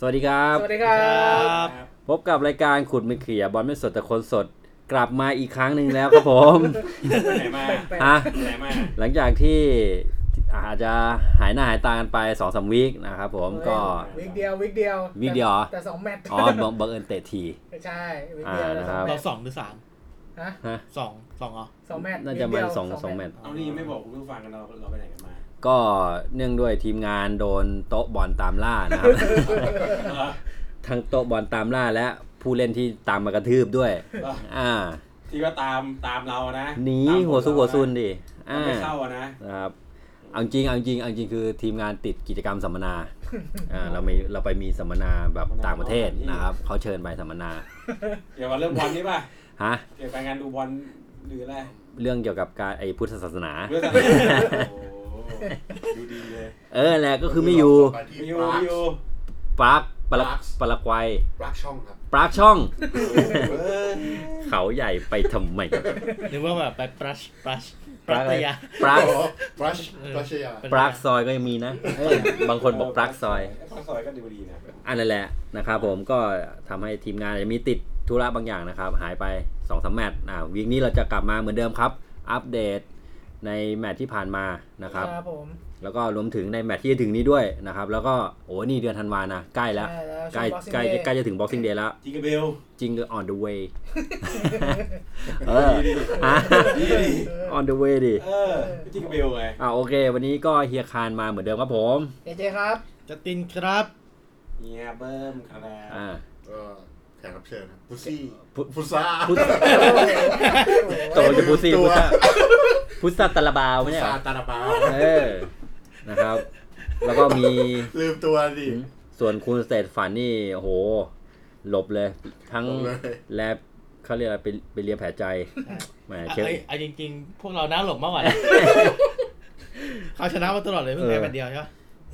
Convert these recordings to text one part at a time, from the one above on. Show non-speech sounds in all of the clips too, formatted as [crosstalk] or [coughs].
สวัสดีครับ สวัสดีครับ พบกับรายการขุดไม่เขียบอลไม่สดแต่คนสดกลับมาอีกครั้งหนึ่งแล้วครับผม ไปไหนมา แปลก ฮะ ไปไหนมา หลังจากที่อาจจะหายหน้าหายตากันไปสองสามวีคนะครับผมก็ วิกเดียววิกเดียว วิกเดียวเหรอ แต่สองแมตช์ [laughs] อ๋อบังบังเอิญเตะที ใช่วิกเดียว อ่านะแต่สองครับ แมตช์เราสองหรือสาม ฮะ ฮะ สองสองเหรอ สองแมตช์ น่าจะ วิก ป เดี ระ ย มาว สองสองแมตช์ เอานี่ไม่บอกคุณผู้ฟังกันเราเราไปไหนกันมา ก็เนื่องด้วยทีมงานโดนโต๊ะบอลตามล่านะครับ เหรอ ทั้งโต๊ะบอลตามล่าและผู้เล่นที่ตามมากระทืบด้วย เหรอ อ่า ที่ก็ตามตามเรานะ หนี ตาม หัวซุกหัวซุนดิ เรา อ่า นะไม่เข้าอะนะ นะครับเอาจริงเอาจริงเอาจริงคือทีมงานติดกิจกรรมสัมม [laughs] นา อ่าเราไปเราไปมีสัมมนาแบบต่างประเทศนะครับเขาเชิญไปสัมมนา เกี่ยวกับเรื่องบอลนี่ป่ะ ฮะ เกี่ยวกับงานดูบอลหรืออะไร เรื่องเกี่ยวกับการไอพุทธศาสนา เรื่อง [laughs] อะไรโอ้โหดูดีเลย เออแหละก็คือไม่อยู่ มีอยู่มีอยู่ ปรากปรากปรากวัย ปลักช่องครับ ปรากช่อง เออ เขาใหญ่ไปทำไม หรือว่าแบบไปปรัชปรัช [laughs] ปปรา รั กอะ ต ไร ยา ปราก อ๋อปลัชปลัชยา ปรากซอยก็ยังมีนะเออบางคนบอกปรากซอย ปลักซอยก็ดูดีนะ อันนั้นแหละนะครับผมก็ทำให้ทีมงานมีติดธุระบางอย่างนะครับ หายไป2อสมแมตช์อ่าวีคนี้เราจะกลับมาเหมือนเดิมครับ อัปเดตในแมตช์ที่ผ่านมานะครับ ครับผม แล้วก็รวมถึงในแมตช์ที่จะถึงนี้ด้วยนะครับ แล้วก็โอ้นี่เดือนธันวานะใกล้แล้ว ใกล้ใกล้ใกล้จะถึง Boxing Day แล้ว จิงเกอร์เบล จริงก็ on the [laughs] way เออ ดีดี อ่ะ [laughs] ดีดี on the way ดิ เออจิงเกอร์เบลไง อ่าโอเค วันนี้ก็เฮียคานมาเหมือนเดิมครับผม เจเจครับ จะตินครับ เฮียเบิ้มครับ อ่า เออแขกรับเชิญครับพุซี่ พุ พุซ่า พุทธ [laughs] โตจะพุทธซีพุทธพุทธตะละบาวไหม พุ เนี่ย ซ่าตาลาบาว เออ นะครับ แล้วก็มี ลืมตัวดิ ส่วนคุณเศษฝันนี่ โอ้โห หลบเลย ทั้ง หลบเลย แลบเขาเรียกอะไรไปไปเลียแผลใจ ใช่ แหม อ่ะ เช็ค เอ้ยเอาจริงๆ พวกเราน่าหลบมากกว่า [laughs] นะเขาชนะมาตลอดเลยเพิ่งแพ้ เออ แบบเดียวใช่ปะ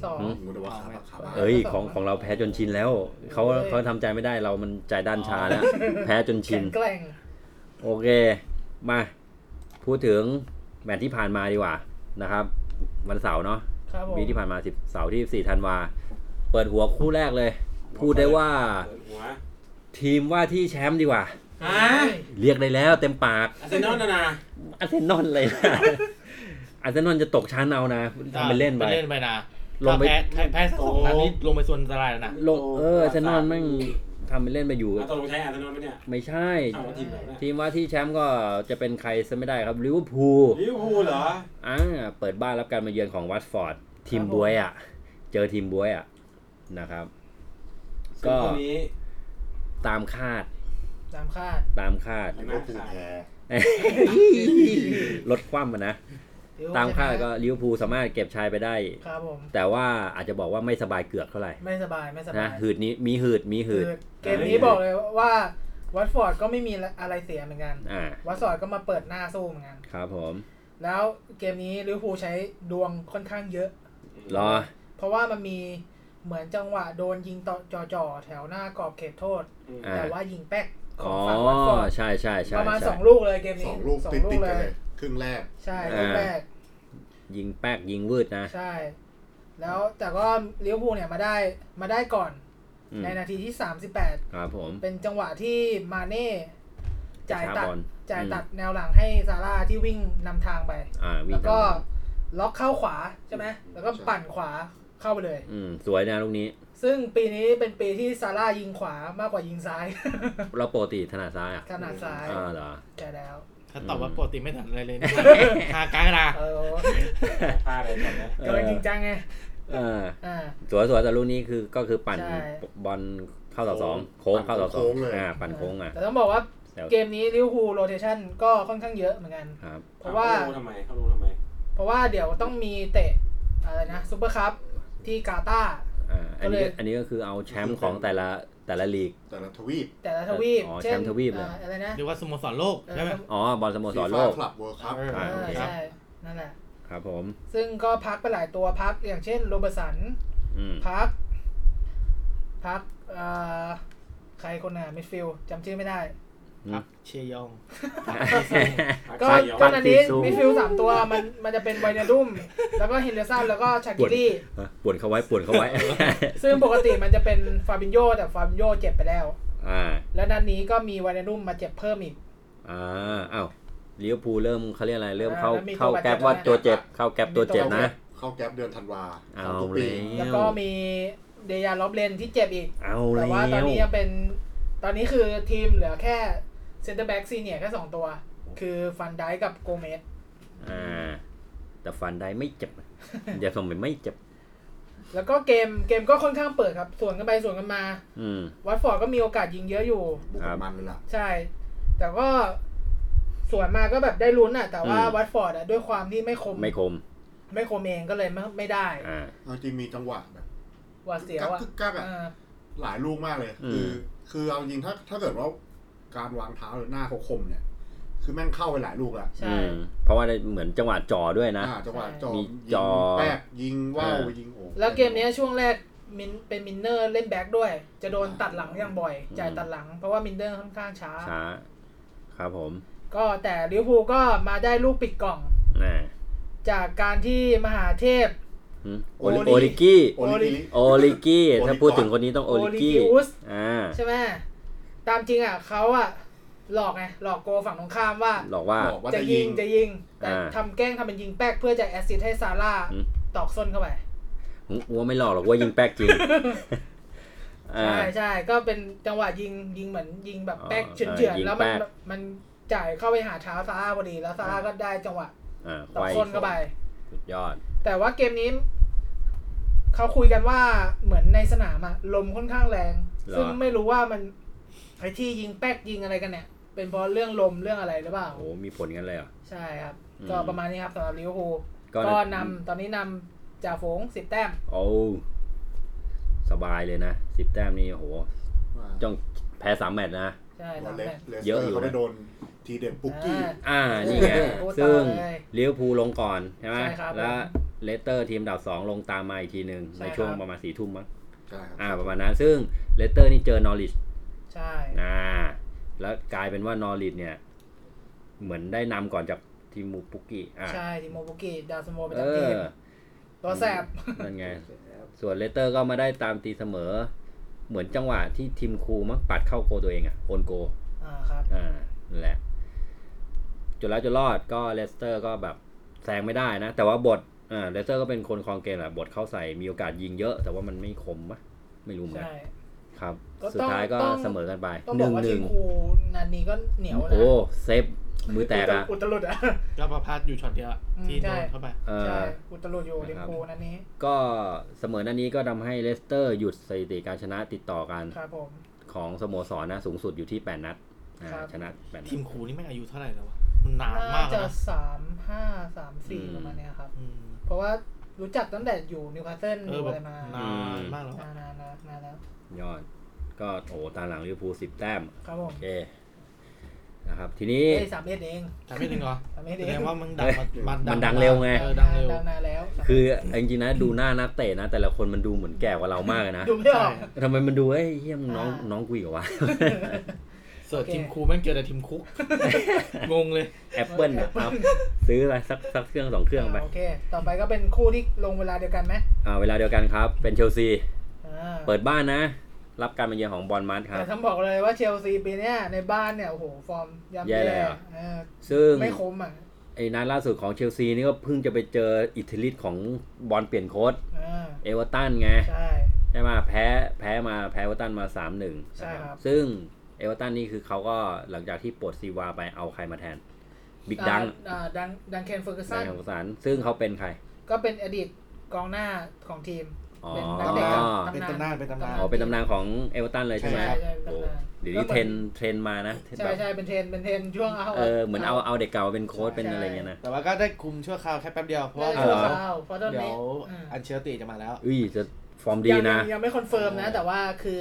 สอง หืม หมูดว่าขาปากขาบ้า เอ้ย ของของเราแพ้จนชินแล้ว เขาเขาทำใจไม่ได้เรามันใจด้านชาแล้ว แพ้จนชิ แข็ น งแกร่ง โอเค มา พูดถึงแมตช์ที่ผ่านมาดีกว่านะครับ วันเสาร์เนาะ ครับผม วีคที่ผ่านมาสิบเสาร์ที่14ธันวา เปิดหัวคู่แรกเลย พูดได้ว่า เปิดหัว ทีมว่าที่แชมป์ดีกว่า ฮะ เฮ้ย เรียกได้แล้วเต็มปาก อาร์เซนอลนะนะ อาร์เซนอลเลยนะ [laughs] อาร์เซนอลจะตกชั้นเอานะทำเป็นเล่นไป เล่นไปนะ ลงไป ถ้าแพ้แพ้สักสองนัดนี้ลงไปส่วนอันตรายแล้วนะ ลงเอออาร์เซนอลแม่งทำเป็นเล่นไปอยู่ อ่ะตกลงใช้อาร์เซนอลไหมเนี่ย ไม่ใช่ เอาทีมไหนเนี่ย ทีมว่าที่แชมป์ก็จะเป็นใครซะไม่ได้ครับลิเวอร์พูล ลิเวอร์พูลเหรอ อ่าเปิดบ้านรับการมาเยือนของวัตฟอร์ด ทีมบวยอ่ะ เจอทีมบวยอ่ะนะครับ ซึ่งคนนี้ ตามคาด ตามคาด ตามคาด ลิเวอร์พูลแพ้ [laughs] ลดความมานะ เดี๋ยว ตามคาด ชนะ ก็ลิเวอร์พูลสามารถเก็บชัยไปได้ ครับผม แต่ว่าอาจจะบอกว่าไม่สบายเกือกเท่าไหร่ ไม่สบายไม่สบา นะ ย หืดนี้มีหืดมีหืด เกมนี้บอกเลยว่าวัตฟอร์ดก็ไม่มีอะไรเสียเหมือนกัน อ่า วัตฟอร์ดก็มาเปิดหน้าสู้เหมือนกัน ครับผม แล้วเกมนี้ลิเวอร์พูลใช้ดวงค่อนข้างเยอะ รอ เพราะว่ามันมีเหมือนจังหวะโดนยิงต่อจ่อๆแถวหน้ากรอบเขตโทษ อ่า แต่ว่ายิงแป๊กขอ๋อองฝั่งวัตฟอร์ด ใช่ใช่ใช่ ประมาณส ใช่ องลูกเลยเกมนี้ สองลูกติดติดๆกันเลย ครึ่งแรก ใช่ลูกแรก ยิงแป๊กยิงวืดนะ ใช่ แล้วแต่ก็ลิเวอร์พูลเนี่ยมาได้มาได้ก่อน อืม ในนาทีที่ ครับผม 38 เป็นจังหวะที่มาเน่จ่ายตัด ช้าบอล จ่ายตัด อืม แนวหลังให้ซาร่าที่วิ่งนำทางไป อ่าวิ่ แล้ ง วก็ ตาม ล็อกเข้าขวาใช่ไหมแล้วก็ ใช่ ปั่นขวาเข้าไปเลย อืมสวยนะลูกนี้ [laughs] ซึ่งปีนี้เป็นปีที่ซาร่ายิงขวามากกว่ายิงซ้าย [laughs] เราปกติถนัดซ้ายอ่ะ ขนาดซ้าย อ่าเหรอ ใช่แล้ว ถ้าตอบว่าปกติไม่ทันอะไรเลย [laughs] นะหากลางนะ เออ พลาดอะไรก่อนนะ เออ กำลังจริงจังไง เออ อ่า สวยสวยแต่ลูกนี้คือก็คือปั่น ใช่ บอลเข้าต่อสองโค้งเข้าต่อสอง โค้งเลย อ่าปั่นโค้งอ่ะ แต่ต้องบอกว่า แล้ว เกมนี้ลิเวอร์พูลโรเทชันก็ค่อนข้างเยอะเหมือนกัน ครับ เพราะว่า เขรู้ทำไมเขารู้ทำไม เพราะว่าเดี๋ยวต้องมีเตะอะไรนะซูเปอร์คัพที่กาตาร์ อ่าอันนี้ ก็เลย อันนี้ก็คือเอาแชมป์ของแต่ละแต่ละลีก แต่ละทวีป แต่ละทวีป อ๋อ เช่น แชมป์ทวีปเลย อ่าอะไรนะ หรือว่าสโมสรโลกใช่ไหม อ๋อบอลสโมสรโลก คลับเวิร์คัพ เออ เอ โอ อ เค ใช่นั่นแหละ ครับผม ซึ่งก็พักไปหลายตัวพักอย่างเช่นโรเบอร์สัน อืม พัก พักเอ่อใครคนหน่ะมิดฟิลด์จำชื่อไม่ได้ พักเชยอง ก็ ปัด ก็ ปัด อันนี้ ซีซู มิดฟิลด์สามตัวมันมันจะเป็นไวนาดุมแล้วก็เฮนเดอร์สันแล้วก็ชากิลี่ ฮะปวนเขาไว้ปวนเขาไว้ [laughs] ซึ่งปกติมันจะเป็นฟาบินโยแต่ฟาบินโยเจ็บไปแล้ว อ่า แล้วนัดนี้ก็มีไวนาดุมมาเจ็บเพิ่มอีก อ่าอ้าวลิเวอร์พูลเริ่มเขาเรียกอะไร เริ่มเข้า แล้วมีตัว เข้า บาดเจ็บ แก๊ปว่า แล้วนะ ตัวเจ็บ เข้าแก๊ปตัวเจ็บนะ เข้าแก๊ปเดือนธันวา เอา ของทุก แล ปี แล้ว ้ ก็ ว มีเดยาล็อบเลนที่เจ็บอีก เอา แต่ แล้ ว่าตอน ว นี้ยังเป็นตอนนี้คือทีมเหลือแค่เซนเตอร์แบ็กซีเนียแค่สองตัว คือฟันไดกับโกเมส อ่า แต่ฟันได้ไม่เจ็บอย่าสมเป็นไม่เจ็บ แล้วก็เกมเกมก็ค่อนข้างเปิดครับ ส่วนกันไปส่วนกันมา อืม วัตฟอร์ดก็มีโอกาสยิงเยอะอยู่ บุกกับมันเลยล่ะ ใช่ แต่ก็ส่วนมาก็แบบได้ลุ้นอ่ะ แต่ว่า อืม วัตฟอร์ดอ่ะด้วยความที่ไม่คม ไม่คม ไม่คมเองก็เลยไม่ไม่ได้ อ่า เอาจริงมีจังหวะแบบ หว่าดเสียวอ่ะ กึกกักอะ เออ หลายลูกมากเลย อืม คือ คือเอาจริงถ้าถ้าเกิดว่าการวางเท้าหรือหน้าเขาคมเนี่ย คือแม่งเข้าไปหลายลูกละ ใช่ อืมเพราะว่าได้เหมือนจังหวะจ่อด้วยนะ อ่าจังหวะจอ มี ยิ จอ งแป๊กยิงว่าวยิงโอ้ แล้วเกมเนี้ยช่วงแรกมินเป็นมินเนอร์เล่นแบ็กด้วย จะโดนตัดหลังอย่างบ่อย จ่ายตัดหลังเพราะว่ามินเนอร์ค่อนข้างช้า ช้า ครับผม ก็แต่ลิเวอร์พูลก็มาได้ลูกปิดกล่อง อ่า จากการที่มหาเทพ อืมโอ โอลิ ลิโอลิกี้ โอลิกิ โอลิกี้ โอลิกอน ถ้าพูดถึงคนนี้ต้องโอลิกี้ โอลิกิอุส อ่า ใช่ไหมตามจริงอ่ะเขาอ่ะหลอกไงหลอกโกฝั่งตรงข้ามว่า หลอกว่า บอกว่า จะ จะ ยิ ยิ ง ง จะยิง แต่ อ่า ทำแกล้งทำเป็นยิงแป๊กเพื่อจะแอสซิสต์ให้ซาร่า อืม ตอกส้นเข้าไป หัวไม่หลอกหรอกว่ายิงแป๊กจริงอ่า ใช่ใช่ก็เป็นจังหวะยิงยิงเหมือนยิงแบบแป๊ก อ๋อ เฉื่อน ยิ ๆ ง แล้วมัน แป๊ก มันจ่ายเข้าไปหาเท้าซาร่าพอดีแล้วซาร่าก็ได้จังหวะ อ่า ตอ ไว กส้นเข้าไป สุดยอด แต่ว่าเกมนี้เขาคุยกันว่าเหมือนในสนามอะลมค่อนข้างแรง หรอ ซึ่งไม่รู้ว่ามันไอ้ที่ยิงแป๊กยิงอะไรกันเนี่ย เป็นเพราะเรื่องลมเรื่องอะไรหรือเปล่า โอ้มีผลกันเลยเหรอ่ะ ใช่ครับ อืม ก็ประมาณนี้ครับสำหรับลิเวอร์พูล ก็นำตอนนี้นำจ่าฝูงสิบแต้ม โอ้สบายเลยนะสิบแต้มนี่โอ้โหจ้องแพ้สามแมตช์นะ ใช่ วอล ทำ เลส ได้ เลส เย เต อะ อ อยู่นะร์เขาไปโดนทีเด็ดปุกกี้ อ่า อ่า นี่ไง โอ้ ซึ่ง ตาย ลิเวอร์พูลลงก่อนใช่ไหม ใช่ครับ แล้วเลสเตอร์ทีมอันดับสองลงตามมาอีกทีหนึ่ง ใช่ ในช่วง ครับ ประมาณสี่ทุ่มมั้ง ใช่ครับ อ่า ประมาณนั้น ซึ่งเลสเตอร์นี่เจอนอริช ใช่ อ่าแล้วกลายเป็นว่านอริชเนี่ย เหมือนได้นำก่อนจากทีมมูปุกกี้อ่า ใช่ทิโมบุกิดาวสโมเป็น เอ ที อ มตัวแสบ นั่นไง ส่วนเลสเตอร์ก็มาได้ตามตีเสมอ เหมือนจังหวะที่ทีมครูมั้งปัดเข้าโกตัวเองอะโอนโก อ่าครับ อ่านั่นแหละจุดแล้วจุดรอดก็เลสเตอร์ก็แบบแซงไม่ได้นะ แต่ว่าบทอ่าเลสเตอร์ก็เป็นคนครองเกมแหละบทเข้าใส่มีโอกาสยิงเยอะ แต่ว่ามันไม่คมปะไม่รู้เหมือนกัน ใช่ ครับ ก็ต้อง สุดท้ายก็ ต้อง เสมอกันไป ต้อง ห บอ นึ่ ก ง ว่า ห ที นึ่ ม ง ครูนันนี้ก็เหนียวนะ โอ้เซฟมือแตกอะ อุตลุดอ่ะ ก็ประพาสอยู่ช็อตเดียวอะ อืม ที่ ใช่ โดนเข้าไป เอ ใช่ อ อุตลุดอยู่ทีม นะครับ ครูนันนี้ ก็เสมอหนั้นนี้ก็ทำให้เลสเตอร์หยุดสถิติการชนะติดต่อกัน ครับผม ของสโมสรนะสูงสุดอยู่ที่ 8 นัดอ่า ครับ ชนะ8นัดทีมครูนี่ไม่งอายุเท่าไหร่แล้ววะมันนาน น่าม ากแล้ จะ วนะ สามห้าสามสี่ อืม ประมาณเนี้ยครับ อืม เพราะว่ารู้จักตั้งแต่อยู่นิวคาสเซิล เอ อ อยู่ แบ อะ บ ไรมาน านมากแล้วอะ นานๆนะนานแล้ว ยอด ก็โอ้โหตามหลังลิเวอร์พูลสิบแต้ม ครับผ โอ ม เคนะครับ ทีนี้ เอ้ยสามเอ็ดเอง แต่ไม่ถึงเหรอ สามเอ็ด แส เอ ด ง งว่ามันดังมามัน มันดังเร็วไง ออดังเร็ว ดังนานแล้ว คือเอาจริงๆนะดูหน้านักเตะนะ แต่ละคนมันดูเหมือนแก่กว่าเรามากเลยนะ ดูไม่ออก ใช่ ทำไมมันดูเอ้ยเฮียมงน้อง อ่า น้องกูอีกเหรอวะ เสิร์ช โอเค ทีมครูแม่งเจอแต่ทีม [laughs] คุก งงเลย แอปเปิลนะครับ ซื้ออะไรสักสักเครื่องสองเครื่องไป โอเค ต่อไปก็เป็นคู่ที่ลงเวลาเดียวกันไหม อ่าเวลาเดียวกันครับ เป็นเชลซี อ่า เปิดบ้านนะ รับการมาเยือนของบอลมาร์ครับ แต่ต้องบอกเลยว่าเชลซีปีเนี้ยในบ้านเนี่ย โอ้โห ฟอร์มย่ำ แย่ แย่ เลยอะ เออ ซึ่ง ไม่คมอ่ะ ไอ้นัดล่าสุดของเชลซีนี่ก็เพิ่งจะไปเจออิทธิฤทธิ์ของบอลเปลี่ยนโค้ช อ่า เอเวอร์ตันไง ใช่ ได้มาแพ้แพ้มาแพ้เอเวอร์ตันมาสามหนึ่ง ใช่ครับ ซึ่งเอเวอร์ตันนี่คือเขาก็หลังจากที่ปลดซีวาไปเอาใครมาแทน บิ๊กดัง อ่าอ่าดังดังเคนเฟอร์กู นา สั ย น ของสารซึ่งเขาเป็นใคร ก็เป็นอดีตกองหน้าของทีม อ๋อ เป็นนักเตะ เป็นตำนานเป็นตำนาน อ๋อเป็นตำนานของเอเวอร์ตันเลยใช่ไหม ใช่ใช่ โอ้ เป็นตำนาน เดี๋ยวนี้เทรนเทรนมานะเทรน ใช่ แบบ ใช่เป็นเทรนเป็นเทรนช่วงเอา เออเหมือนเอาเอาเด็กเก่ามาเป็นโค้ชเป็นอะไรเงี้ยนะ แต่ว่าก็ได้คุมชั่วคราวแค่แป๊บเดียว เพราะอได้ ว่าชั่ว อ คราวเพราะตอน เดี๋ย นี้ ว อ่า อันเชลติจะมาแล้ว อุ้ยจะฟอร์มดีนะ ยังยังไม่คอนเฟิร์มนะ แต่ว่าคือ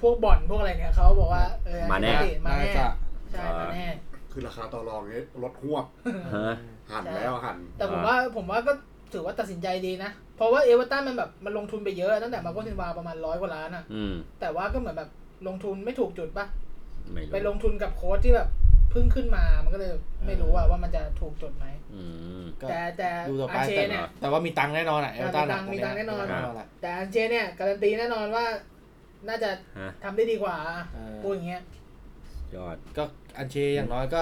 พวกบ่อนพวกอะไรเนี่ยเขาบอกว่าเออ มาแน่ มา น่า แน่ จะ ใช่มาแน่ คือราคาต่อรองเนี้ยลดหวบ ฮะ หันแล้วหัน แต่ผม อ่า ว่าผมว่าก็ถือว่าตัดสินใจดีนะ เพราะว่าเอเวอร์ตันมันแบบมันลงทุนไปเยอะตั้งแต่มาโกซินวาประมาณร้อยกว่าล้านอะ อืม แต่ว่าก็เหมือนแบบลงทุนไม่ถูกจุดปะ ไม่รู้ ไปลงทุนกับโค้ชที่แบบเพิ่งขึ้นมามันก็เลยไม่รู้ว่าว่ามันจะถูกจุดไหม อืม ก็ แต่แต่ ดูต่อไป อาเช แต่ เนี่ย แต่ว่ามีตังค์แน่นอนอ่ะเอลตันอะ มีตังค์มีตังค์แน่นอน มีตังค์แน่นอนแหละ แต่อาเชเนี่ยการันตีแน่นอนว่า น่าจะ ฮะ ทำได้ดีกว่า เออ พูดอย่างเงี้ย ยอด ก็อันเชอย่างน้อยก็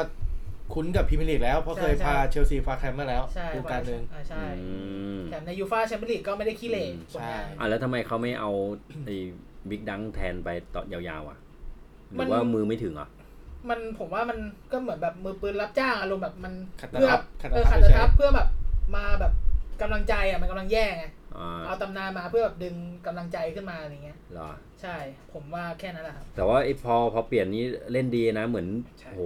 คุ้นกับพรีเมียร์ลีกแล้ว เพราะเคย ใช่ใช่ พาเชลซีฟาแคมป์มาแล้ว ใช่ ดูการหนึ่ง อ่าใช่ อืม แถมในยูฟ่าแชมเปี้ยนลีกก็ไม่ได้ขี้เหร่ อืม ผลงาน ใช่ อ่ะแล้วทำไมเขาไม่เอาไอ้บิ๊กดังแทนไปต่อยาวๆอ่ะห มั รื น อว่ามือไม่ถึงเหรอ่ะ มันผมว่ามันก็เหมือนแบบมือปืนรับจ้างอารมณ์แบบมัน ขัดตะ เพื่อ ครับขัดตะ เออ ครับ ขัดตะ เฉยๆ ครับเพื่อแบบมาแบบกำลังใจอ่ะมันกำลังแย่ไง อ่า เอาตำนานมาเพื่อแบบดึงกำลังใจขึ้นมาอะไรเงี้ย เหรอ ใช่ ผมว่าแค่นั้นแหละครับ แต่ว่าไอ้พอพอเปลี่ยนนี้เล่นดีนะเหมือน ใช่ โห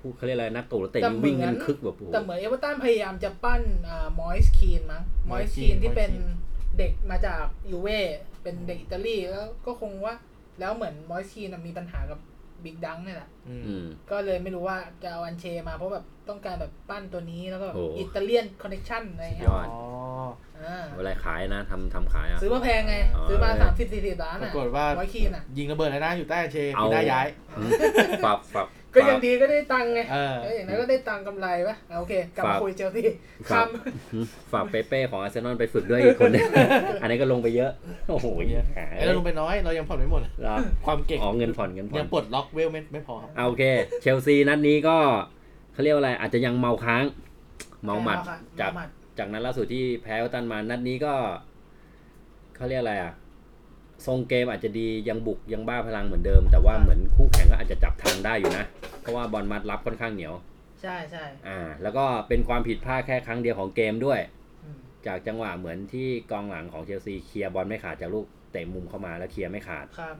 ผู้เขาเรียกอะไรนักตู่แล้วเตะ แต่ นี่วิ่งกัน เหมือน คึกแบบโอ้โห แต่เหมือนเอเวอร์ตันพยายามจะปั้นอ่ามอยส์คีนมั้งมอย Moise ส์คีน Kean ที่เป็น Moise เด็กมาจากยูเว่เป็นเด็กอิตาลีแล้วก็คงว่า แล้วเหมือนมอยส์คีนมีปัญหากับบิ๊กดังเนี่ยแหละ อืม อืม ก็เลยไม่รู้ว่าจะเอาอันเชมาเพราะแบบต้องการแบบปั้นตัวนี้แล้วก็ โอ้ อิตาเลียนคอนเนคชั่นอะไรอย่างเงี้ สุ ย ดยด อ๋อ อ่า เวลาขายนะทำทำขายอ่ะ ซื้อมาแพงไง อ๋อ ซื้อมาสามสิบสี่สิบล้าน ปรา อ่ะ กฏว่า ไว้คีนอ่ะ ยิงระเบิดแล้วนะอยู่ใต้อันเช เอา คือได้ย้าย อืมฝากฝาก ก็ยัง ฝา ดีก็ได้ตังค์ไง เออ เอออย่างนั้นก็ได้ตังค์กำไรปะอ่ะโอเค กลับ ครั มา บ คุยเจลที่ ค ค รับ อืมฝากเปเป้ของอาร์เซนอลไปฝึกด้วยอีกคนหนึง อันนี้ก็ลงไปเยอะ โอ้โห เยอะ หาย ไอ้เราลงไปน้อยเรายังผ่อนไม่หมด แล้ว ความเก่ง อ๋อเงินผ่อนเงินผ่อ ยั น งปลดล็อกเวลไม่ไม่พอครับ เอาโอเค เชลซีนัดนี้ก็เขาเรียกว่าอะไร อาจจะยังเมาค้าง ำ เมาหมัด ค่ะ จาก เมหมัด จากนั้นล่าสุดที่แพ้เอเวอร์ตันมานัดนี้ก็เขาเรียกอะไรอ่ะ ทรงเกมอาจจะดียังบุกยังบ้าพลังเหมือนเดิม แต่ว่า ครับ เหมือนคู่แข่งก็อาจจะจับทางได้อยู่นะ เพราะว่าบอลมัดรับค่อนข้างเหนียว ใช่ใช่ อ่า แล้วก็เป็นความผิดพลาดแค่ครั้งเดียวของเกมด้วย อืม จากจังหวะเหมือนที่กองหลังของเชลซีเคลียร์บอลไม่ขาดจากลูกเตะมุมเข้ามาแล้วเคลียร์ไม่ขาด ครับ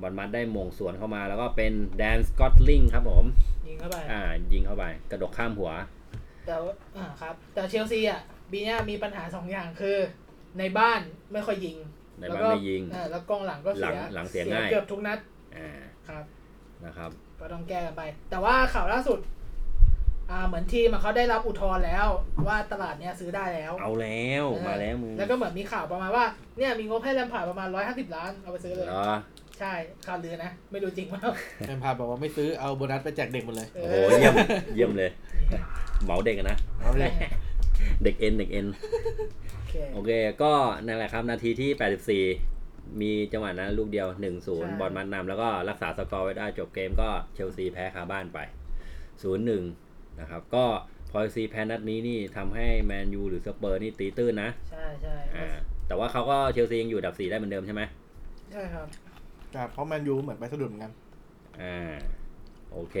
บอลมัดได้มงสวนเข้ามา แล้วก็เป็นแดนสกอตลิงครับผม ยิงเข้าไป อ่า ยิงเข้าไปกระดกข้ามหัว แต่ว่าอ่าครับ แต่เชลซีอ่ะบีเนี่ยมีปัญหาสองอย่างคือ ในบ้านไม่ค่อยยิง ใน แล้ว บ้าน ก็ ไม่ยิง อ่าแล้วกองหลังก็เสีย หลังหลังเสียง่าย เกือบทุกนัด อ่า ครับ นะครับ ก็ต้องแก้กันไป แต่ว่าข่าวล่าสุด อ่าเหมือนทีมอะเขาได้รับอุทธรณ์แล้ว ว่าตลาดเนี้ยซื้อได้แล้ว เอาแล้ว เออ มาแล้วมึง แล้วก็เหมือนมีข่าวประมาณว่าเนี่ยมีงบให้แลมผ่าร์ดประมาณร้อยห้าสิบล้านเอาไปซื้อเลย เหรอ ใช่ข่าวลือนะ ไม่รู้จริงเปล่า แอมพาร์ดบอกว่าไม่ซื้อเอาโบนัสไปแจกเด็กหมดเลย เอ โอ้ อ โหเยี่ย [laughs] มเยี่ยมเลยเหมาเด็กอะนะ เอาเลย เด็กเอ็นเด็กเอ็น โอเค โอเค ก็นั่นแหละครับนาทีที่ 84 มีจังหวะนั้นลูกเดียว ใช่ 1-0 บอลมัดนำแล้วก็รักษาสกอร์ไว้ได้จบเกมก็เชลซีแพ้คาบ้านไป 0-1 นะครับ ก็พอเชลซีแพ้นัดนี้นี่ทำให้แมนยูหรือสเปอร์นี่ตีตื้นนะ ใช่ใช่ อ่าแต่ว่าเขาก็เชลซียังอยู่อันดับ 4 ได้เหมือนเดิมใช่ไหม ใช่ครับ แต่เพราะแมนยูเหมือนไปสะดุดเหมือนกัน อ่าโอเค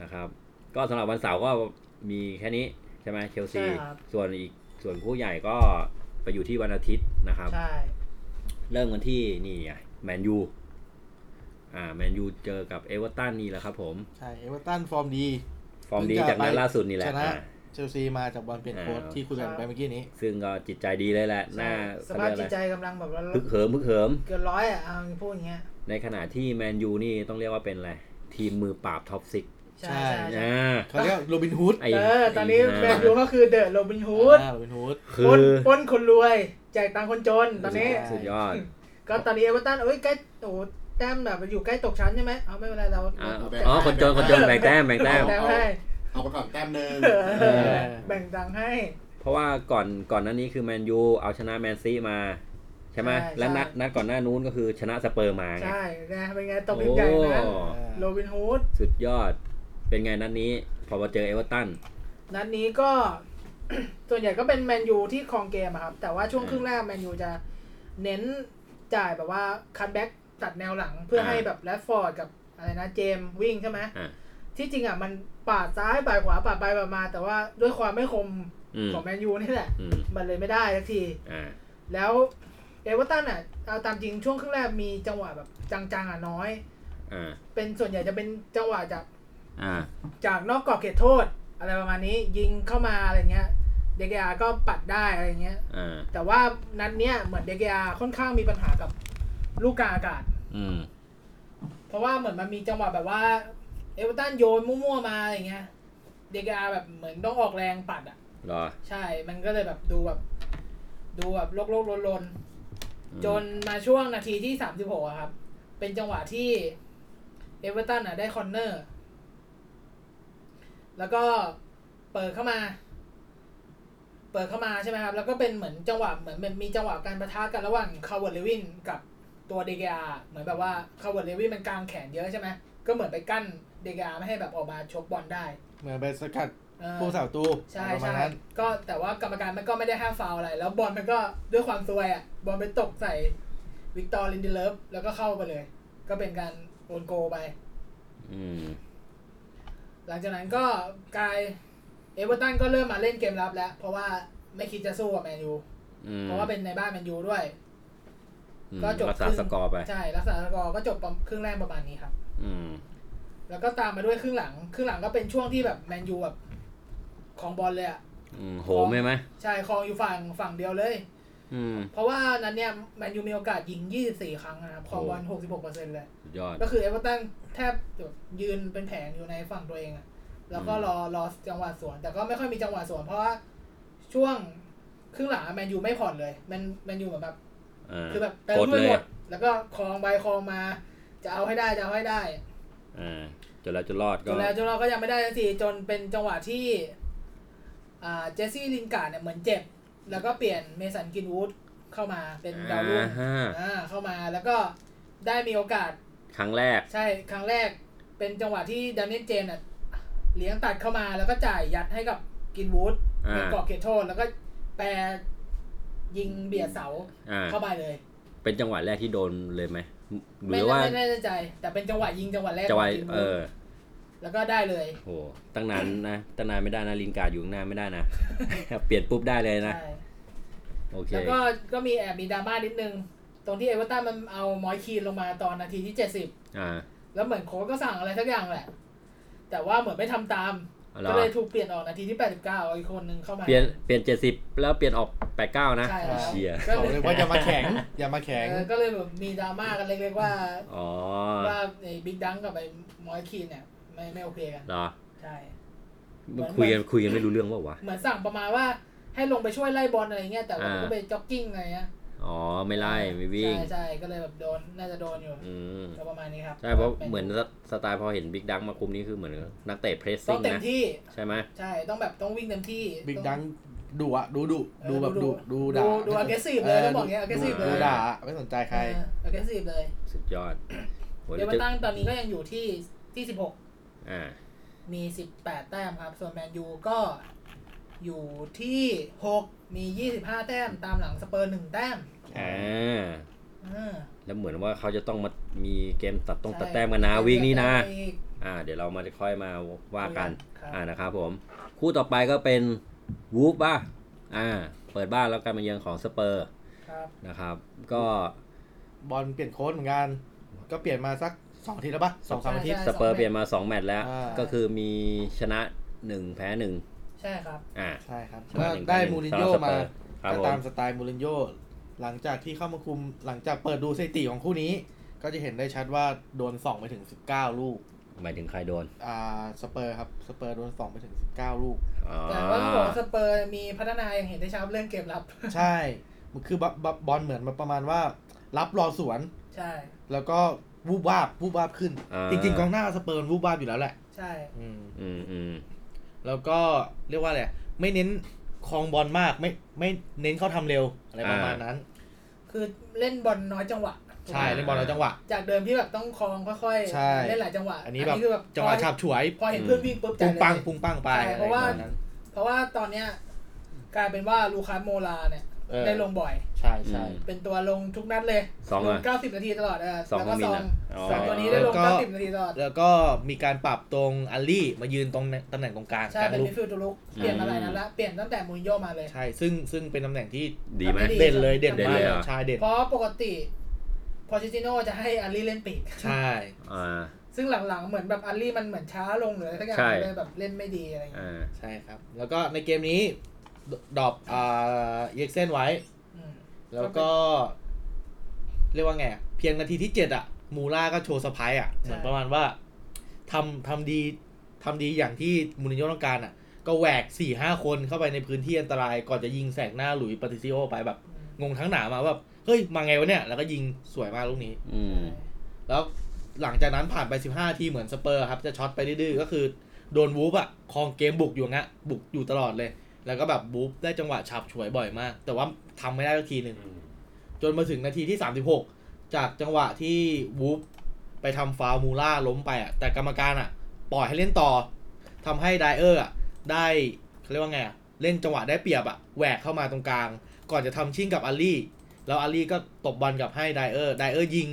นะครับ ก็สำหรับวันเสาร์ก็มีแค่นี้ใช่ไหมเชลซี ใช่ครับ ส่วนอีกส่วนคู่ใหญ่ก็ไปอยู่ที่วันอาทิตย์นะครับ ใช่ เริ่มกันที่นี่ไงแมนยูอ่าแมนยูเจอกับเอเวอร์ตันนี่แหละครับผม ใช่เอเวอร์ตันฟอร์มดี ฟอร์มดี เพิ่งจะ จากนัด ไป ล่าสุดนี่แห ช ละ นะ อ่า เชลซีมาจากบอลเปลี่ยนโค้ช อ่า ที่คุยกันไปเมื่อกี้นี้ ซึ่งก็จิตใจดีเลยแหละหน้า สภาพ เขเรียกอะไร จิตใจกำลังแบบว่า พึกเหิมพึกเหิม เกินร้อยอ่ะเอาพูดอย่างเงี้ย ในขณะที่แมนยูนี่ต้องเรียกว่าเป็นอะไร ทีมมือปราบท็อปซิก ใช่ใช่ใช่ อ่า เขาเรียกโรบินฮูด ไอ้ เออตอนนี้แมนยูก็คือเดอะโรบินฮูด อ่าโรบินฮูด คื ปล้น อ ปล้นคนรวยแจกตังค์คนจนตอนนี้ ใช่ สุดยอด ก็ตอนนี้เอเวอร์ตันเอ้ยใกล้โอ้โหแต้มแบบอยู่ใกล้ตกชั้นใช่ไหมเอาไม่เป็นไรเรา อ่า เอาไป อ๋อ คนจน คนจน แบ่งแต้ม แบ่ง แบ่ แต้ ง ม แต้มให้ เอาไปก่อนแต้มหนึ่ง เออ แบ่งตังค์ให้ เพราะว่าก่อน ก่อนหน้านี้คือแมนยูเอาชนะแมนซีมา ใช่ไหม ใช่ แล้วนัด ใช่ นัดก่อนหน้านู้นก็คือชนะสเปอร์มาไง ใช่นะเป็นไงต โอ้ บอีกใหญ่นะโร อ่า บินฮูด สุดยอด เป็นไงนัดนี้ พอมาเจอเอเวอร์ตัน นัดนี้ก็ [clears throat] ส่วนใหญ่ก็เป็นแมนยูที่ครองเกมอะครับ แต่ว่าช่วง อืม ครึ่งแรกแมนยูจะเน้นจ่ายแบบว่าคัทแบ็กตัดแนวหลังเพื่ออา ให้แบบแรดฟอร์ดกับอะไรนะเจมส์วิ่งใช่ไหม อ่ะ ที่จริงอ่ะมันปาดซ้ายปาดขวาปาดไปปาดมา แต่ว่าด้วยความไม่คม อืม ของแมนยูนี่แหละ อืม มันเลยไม่ได้สักที อ่า แล้วเอเวอร์ตันอ่ะเอาตามจริงช่วงครึ่งแรกมีจังหวะแบบจังๆอ่ะน้อย อ่า เป็นส่วนใหญ่จะเป็นจังหวะจาก อ่า จากนอกกรอบเขตโทษ อะไรประมาณนี้ยิงเข้ามาอะไรเงี้ยเดกอาก็ปัดได้อะไรเงี้ย อ่า แต่ว่านัดเนี้ยเหมือนเดกอาค่อนข้างมีปัญหากับลูกกลางอากาศ อืม เพราะว่าเหมือนมันมีจังหวะแบบว่าเอเวอร์ตันโยนมั่วๆมาอะไรเงี้ยเดกอาแบบเหมือนต้องออกแรงปัดอ่ะ รอ ใช่ มันก็เลยแบบดูแบบ ดูแบบโลกโลกลนลน อืม ๆจนมาช่วงนาทีที่สามสิบหกครับ เป็นจังหวะที่ เอเวอร์ตันอ่ะได้คอนเนอร์ แล้วก็เปิดเข้ามา เปิดเข้ามาใช่ไหมครับ แล้วก็เป็นเหมือนจังหวะเหมือนมันมีจังหวะการประทะกันระหว่างคาวเวอร์เลวินกับตัวเดกาเหมือนแบบว่าคาวเวอร์เลวินมันกางแขนเยอะใช่ไหมก็เหมือนไปกั้นเดกาไม่ให้แบบออกมาชกบอลได้ เหมือนไปสกัด เออ ผู้สาวตู ใช่ ประมาณ ใช่ นั้น ก็แต่ว่ากรรมการมันก็ไม่ได้ห้ามฟาวล์อะไร แล้วบอลมันก็ด้วยความซวยอ่ะ บอลไปตกใส่วิกตอร์ลินเดเลฟแล้วก็เข้าไปเลย ก็เป็นการโอนโกลไป อืม หลังจากนั้นก็กลายเอเวอร์ตันก็เริ่มมาเล่นเกมรับแล้ว เพราะว่าไม่คิดจะสู้กับแมนยู อืม เพราะว่าเป็นในบ้านแมนยูด้วย อืม ก็จบ รักษา ครึ่ง สกอร์ไป ใช่ รักษาสกอร์ก็จบประมาณครึ่งแรกประมาณนี้ครับ อืม แล้วก็ตามมาด้วยครึ่งหลัง ครึ่งหลังก็เป็นช่วงที่แบบแมนยูแบบของบอลเลยอ่ะ อืมโหมใช่ไหม ใช่ครองอยู่ฝั่งฝั่งเดียวเลย อืม เพราะว่านั้นเนี่ยแมนยูมีโอกาสยิง 24 ครั้งนะครับ ของบอล โอ้ 66เปอร์เซ็นต์เลย สุดยอด ก็คือเอเวอร์ตันแทบแบบยืนเป็นแผงอยู่ในฝั่งตัวเองอะแล้วก็ อืม รอรอจังหวะสวน แต่ก็ไม่ค่อยมีจังหวะสวน เพราะว่าช่วงครึ่งหลังแมนยูไม่ผ่อนเลยแมนแมนยูเหมือนแบบ อ่า คือแบบเติม กด ด้ว เลย ย หม อ่ะ ด แล้วก็คลองไปคลองมา จะเอาให้ได้จะเอาให้ได้ อ่าจนแล้วจนรอด จ ก็ นแล้วจนเราก็ยังไม่ได้สักทีจนเป็นจังหวะที่อ่าเจสซี่ลินการ์ดเนี่ยเหมือนเจ็บ แล้วก็เปลี่ยนเมสันกินวูดเข้ามาเป็นดาวรุ่ง อ่าฮะ อ่าเข้ามาแล้วก็ได้มีโอกาส ครั้งแรก ใช่ครั้งแรก เป็นจังหวะที่ดานเนยลเจมส์น่ะเลี้ยงตัดเข้ามาแล้วก็จ่ายยัดให้กับกินวูด อ่า ในกรอบเขตโทษ แล้วก็แปรยิงเบียดเสา อ่า เข้าไปเลย เป็นจังหวะแรกที่โดนเลยไหมห ไม่ รือว่า ไม่ไม่แน่ใจ แต่เป็นจังหวะยิงจังหวะแรก จะ ข ไว องกิน เอ วูด อ แล้วก็ได้เลย โห ตั้งนานนะ [coughs] ตั้งนานไม่ได้นะลินการ์ดอยู่ข้างหน้าไม่ได้นะ [laughs] เปลี่ยนปุ๊บได้เลยนะ ใช่ โอเค แล้วก็ก็มีแอบมีดราม่านิดนึง ตรงที่เอเวอร์ตันมันเอามอยคีนลงมาตอนนาทีที่ อ่า 70 แล้วเหมือนโค้ชก็สั่งอะไรสักอย่างแหละ แต่ว่าเหมือนไม่ทำตาม เหรอ ก็เลยถูกเปลี่ยนออกนาทีที่ 89เอาอีกคนนึงเข้ามา เปลี่ยน เปลี่ยนเจ็ดสิบแล้วเปลี่ยนออกแปดเก้านะ ใช่ครับ เชีย ก็ บอก เล เลย ยว่าอย่ามาแข็ [laughs] ง อย่ามาแข็ง เออก็เลยแบบมีดราม่ากันเล็กๆว่า อ๋อ ว่าไอ้บิ๊กดังกับไอ้มอยคีนเนี่ยไม่ไม่โอเคกัน เหรอ ใช่ มันคุยกันคุยกันไม่รู้เรื่องว่าวะ เหมือนสั่งประมาณว่าให้ลงไปช่วยไล่บอลอะไรเงี้ย แต่ว่ามันก็ไปจ็อกกิ้งอะไรเงี้ย อ๋อ ไม่ไล่ ไม่วิ่ง ใช่ใช่ก็เลยแบบโดนน่าจะโดนอยู่ อืม ก็ประมาณนี้ครับ ใช่เพราะเหมือนสไตล์พอเห็นบิ๊กดังมาคุมนี่คือเหมือนนักเตะเพรส ต้อ ซิ่ ง ง เต็ม นะ ที่ ใช่ไหม ใช่ ต้องแบบต้องวิ่งเต็มที่ บิ๊ก ต้อง ดังดุอะดูดุ เออ ดูแบบดุดูด่า ดูดู aggressive เลยต้องบอกอย่างเงี้ย aggressive เล ดู ย ด่าไม่สนใจใคร เออ aggressive เลย สุดยอดโห เดี๋ แล้ ยววมา จะ ตั้งตอนนี้ก็ยังอยู่ที่ที่สิบหก อ่า มีสิบแปดแต้มครับ ส่วนแมนยูก็อยู่ที่หกมียี่สิบห้าแต้มตามหลังสเปอร์หนึ่งแต้ม อ่า เออ แล้วเหมือนว่าเขาจะต้องมามีเกมตัดต้องตัด ใช่ แต้มกันนะวีคนี้นะ เกมอีก อ่า เดี๋ยวเรามาค่อยมาว่ากัน ครับ อ่านะครับผม คู่ต่อไปก็เป็นวูฟป่ะ อ่า เปิดบ้านแล้วการมาเยือนของสเปอร์ ครับ นะครับ ก็ บอลเปลี่ยนโค้ชเหมือนกัน ก็เปลี่ยนมาสักสองอาทีแล้วปะสองสามอาทิตย์ ใช่ สเปอร์เปลี่ยนมา 2 แมตช์แล้ว อ่า ก็คือมีชนะ 1 แพ้ 1 ใช่ครับ อ่า ใช่ครับ ช ก็ นะหนึ่งแพ้ ได้ หง มูรินโญ่ สำหบส มา เปอร์ครับ ก็ ผ ตาม มสไตล์มูรินโญ่หลังจากที่เข้ามาคุมหลังจากเปิดดูสถิติของคู่นี้ ก็จะเห็นได้ชัดว่าโดนสองไปถึง 19 ลูก หมายถึงใครโดน อ่าสเปอร์ครับสเปอร์โดนสองไปถึง 19 ลูก อ๋อ แต่ว่าต้องบอกว่าสเปอร์มีพัฒนาอย่างเห็นได้ชัดเรื่องเกมรับ [laughs] ใช่มันคือบบบบบอลเหมือนมาประมาณว่า รับรอสวน ใช่ แล้วก็วูบวาบวูบวาบขึ้น อ่า จริงๆกองหน้าสเปอร์มันวูบวาบอยู่แล้วแหละ ใช่ อืม อืมอืม แล้วก็เรียกว่าอะไรไม่เน้นคลองบอลมากไม่ไม่เน้นเข้าทำเร็วอะไรประมาณนั้น คือเล่นบอลน้อยจังหวะ ใช่เล่นบอลแล้วจังหวะ จากเดิมที่แบบต้องคลองค่อย ใช่ ๆ เล่นหลายจังหวะ อันนี้แบบ คือแบบ จังหวะ พอ ฉาบฉวย พอเห็นเพื่อนวิ่งปุ๊บ ปุ้ง จ่ายเลย ปังปุ้งปังไป ใช่เพราะว่า อไปมณนั้น เพราะว่าตอนเนี้ยกลายเป็นว่าลูคัสโมลาเนี่ย เออ ได้ลงบ่อย ใช่ใช่ อืม เป็นตัวลงทุกนัดเลย สอง ล อะ งเก้าสิบนาทีตลอดเออ สอง แล้ว ก็ ก็ มี ซอง นะ สองตัวนี้ได้ลง แล้วก็ เก้าสิบนาทีตลอด แล้วก็มีการปรับตรงอัลลี่มายืนตรงตำแหน่งตรงกลาง ใช่ กลาง เป็น ลู มิ ก ดฟิลด์ตัวลุกเปลี่ยนมาหลายนัดละเปลี่ยนตั้งแต่มูรินโญ่มาเลย ใช่ซึ่งซึ่งเป็นตำแหน่งที่ ดีไหม ทำให้ เด่นเลยเด่น เด่น มาก เลยเหรอ ใช่เด่น เพราะปกติพอเชติโน่จะให้อารีเล่นปีก ใช่ อ่า ซึ่งหลังๆเหมือนแบบอารีมันเหมือนช้าลงหรืออะไรสักอย่าง ใช่ เลยแบบเล่นไม่ดีอะไรอย่างเงี้ย อ่า ใช่ครับ แล้วก็ในเกมนี้ดดรอปอ่าเยกเซนไว้ อืม แล้วก็ เรียกว่าไงอะเพียงนาทีที่เจ็ดอะมูล่าก็โชว์สไปายอะ ใช่ เหมือนประมาณว่าทำทำดีทำดีอย่างที่มูรินโญ่ต้องการอะก็แหวกสี่ห้าคนเข้าไปในพื้นที่อันตราย ก่อนจะยิงแสกหน้าหลุยส์ปาติซิโอไปแบบ งงทั้งหนามาแบบ เฮ้ย มาไงวะเนี่ย แล้วก็ยิงสวยมากลูกนี้ อืม แล้ว หลังจากนั้นผ่านไป 15นาทีเหมือนสเปอร์ครับ จะช็อตไปดื้อๆก็คือโดนวูฟอะครองเกมบุกอยู่งั้นบุกอยู่ตลอดเลย แล้วก็แบบวูฟได้จังหวะฉับฉวยบ่อยมาก แต่ว่าทำไม่ได้สักทีหนึ่ง อืม จนมาถึงนาทีที่ 36 จากจังหวะที่วูฟไปทำฟาวล์มูล่าล้มไปอ่ะ แต่กรรมการอ่ะ ปล่อยให้เล่นต่อทำให้ไดเออร์อ่ะ ได้เขาเรียกว่าไงอ่ะ เล่นจังหวะได้เปรียบอ่ะ แหวกเข้ามาตรงกลาง ก่อนจะทำชิ่งกับอาลี่ แล้วอาลี่ก็ตบบอลกลับให้ไดเออร์ไดเออร์ยิง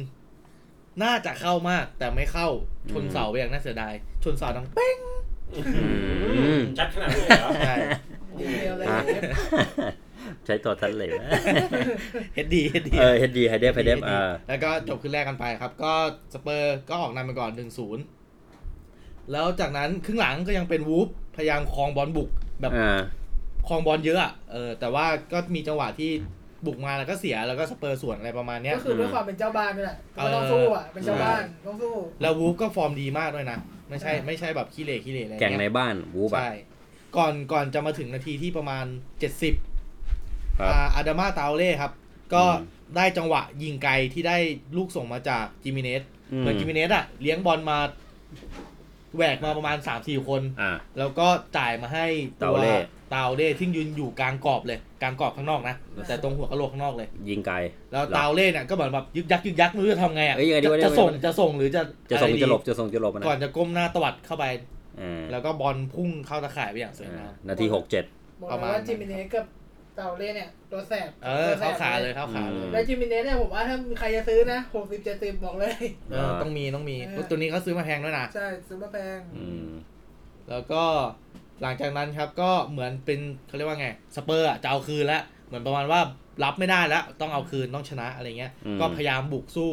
น่าจะเข้ามากแต่ไม่เข้าชนเสาไปอย่างน่าเสียดาย ชนเสาดังเป๊ะ อืมชัดขนาดนี้นเลยเหรอ ใช่ ดีเดียวเลย อ่ะ เว็บ ใช้ตัวทันเลยนะ เฮดดีเฮดดี เออเฮดดีไฮเดฟไฮเดฟอ่า แล้วก็จบขึ้นแรกกันไปครับ ก็สเปอร์ก็ออกนำไปก่อน 1-0 แล้วจากนั้นครึ่งหลังก็ยังเป็นวูฟพยายามครองบอลบุก แบบ อ่า ครองบอลเยอะอะเออแต่ว่าก็มีจังหวะที่บุกมาแล้วก็เสียแล้วก็สเปอร์สวนอะไรประมาณเนี้ย ก็คือด้วยความเป็นเจ้าบ้านนี่แหละก็ต้องสู้อ่ะเป็นเจ้าบ้านต้องสู้ แล้ววูฟก็ฟอร์มดีมากด้วยนะ ไม่ใช่ไม่ใช่แบบขี้เหร่ขี้เหร่อะไร แก่งใน เงี้ย บ้านวูบะ ใช่ก่อนก่อนจะมาถึงนาทีที่ประมาณ 70 ครับ อาอาดามาตาเล่ครับ ก็ อืม ได้จังหวะยิงไกลที่ได้ลูกส่งมาจากจิมิเนส อืม เหมือนจิมิเนสอะเลี้ยงบอลมาแหวกมาประมาณ 3 4 คน อ่า แล้วก็จ่ายมาให้ ตา ตั โอ ว เล่ ตาโอเล่ที่ยืนอยู่กลางกรอบเลย กลางกรอบข้างนอกนะ แต่ตรงหัวกะโหลกข้างนอกเลย ยิงไกล แล้วตาโอเล่เนี่ยก็เหมือนแบบยึกยักยึกยักไม่รู้จะทำไงอะ เอ้ยยังไงดี จะ วะเนี่จะย ส่งจะส่งหรือจะ จะส่ง อไรดี จะหลบจะส่งจะหลบอะนะ ก่อนจะก้มหน้าตวัดเข้าไป อ่า แล้วก็บอลพุ่งเข้าตะข่ายไปอย่างสวอ่างยาม นาทีหกเจ็ด บอกเลปยระมาณ ว่าจิมิเนสกับเตาเล่เนี่ยตัวแสบ เออ ตัวแส เข้า บ ขาเลยเข้าขาเล อื ย ม แล้วจิมิเนสเนี่ยผมว่าถ้ามีใครจะซื้อนะหกสิบเจ็ดสิบบอกเลย เออต้องมีต้องมี เออ ตัวนี้เขาซื้อมาแพงด้วยนะ ใช่ซื้อมาแพง อืม แล้วก็หลังจากนั้นครับก็เหมือนเป็นเขาเรียกว่าไงสเปอร์อะจะเอาคืนแล้วเหมือนประมาณว่ารับไม่ได้แล้ว ต้องเอาคืนต้องชนะอะไรเงี้ย อืม ก็พยายามบุกสู้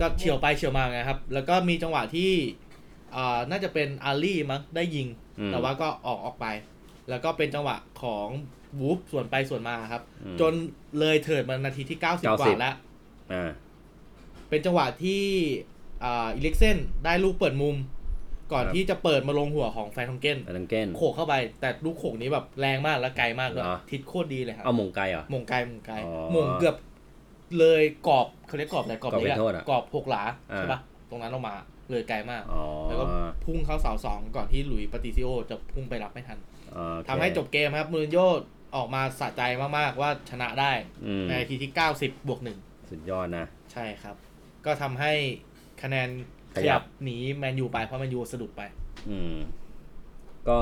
ก็เฉียวไปเฉียวมาไงครับ แล้วก็มีจังหวะที่อ่าน่าจะเป็นอาลี่มั้งได้ยิง อืม แต่ว่าก็ออกออกไป แล้วก็เป็นจังหวะของวูฟส่วนไปส่วนมาครับ อืม จนเลยเถิดมานาทีที่ 90 กว่า 90 แล้ว อ่า เป็นจังหวะที่อ่าอิเล็กเซนได้ลูกเปิดมุม ก่อน ครับ ที่จะเปิดมาลงหัวของแฟนทองเก้น อันนั้นเกน โขกเข้าไป แต่ลูกโขกนี้แบบแรงมากและไกลมากเลย เหรอ ทิศโคตรดีเลยครับ เอาหมงไกลเหรอ มงไกลมงไกล อ๋อ มงเกือบเลยกรอบเขาเรียกกรอบอะไรกรอบ กรอบ เล็ก เป็นโทษอะ กรอบหกหลา อ่า ใช่ปะตรงนั้นออกมาเลยไกลมาก อ๋อ แล้วก็พุ่งเข้าเสาสองก่อนที่หลุยส์ปาติซิโอจะพุ่งไปรับไม่ทัน อ่าโอเค ทำให้จบเกมครับมูรินโญ่ออกมาสะใจมากๆว่าชนะได้ อืม ในนาทีที่ 90 บวกหนึ่ง สุดยอดนะ ใช่ครับ ก็ทำให้คะแนน ข ข ยั ยั บ บหนีแมนยูไปเพราะแมนยูสะดุดไป อืม ก็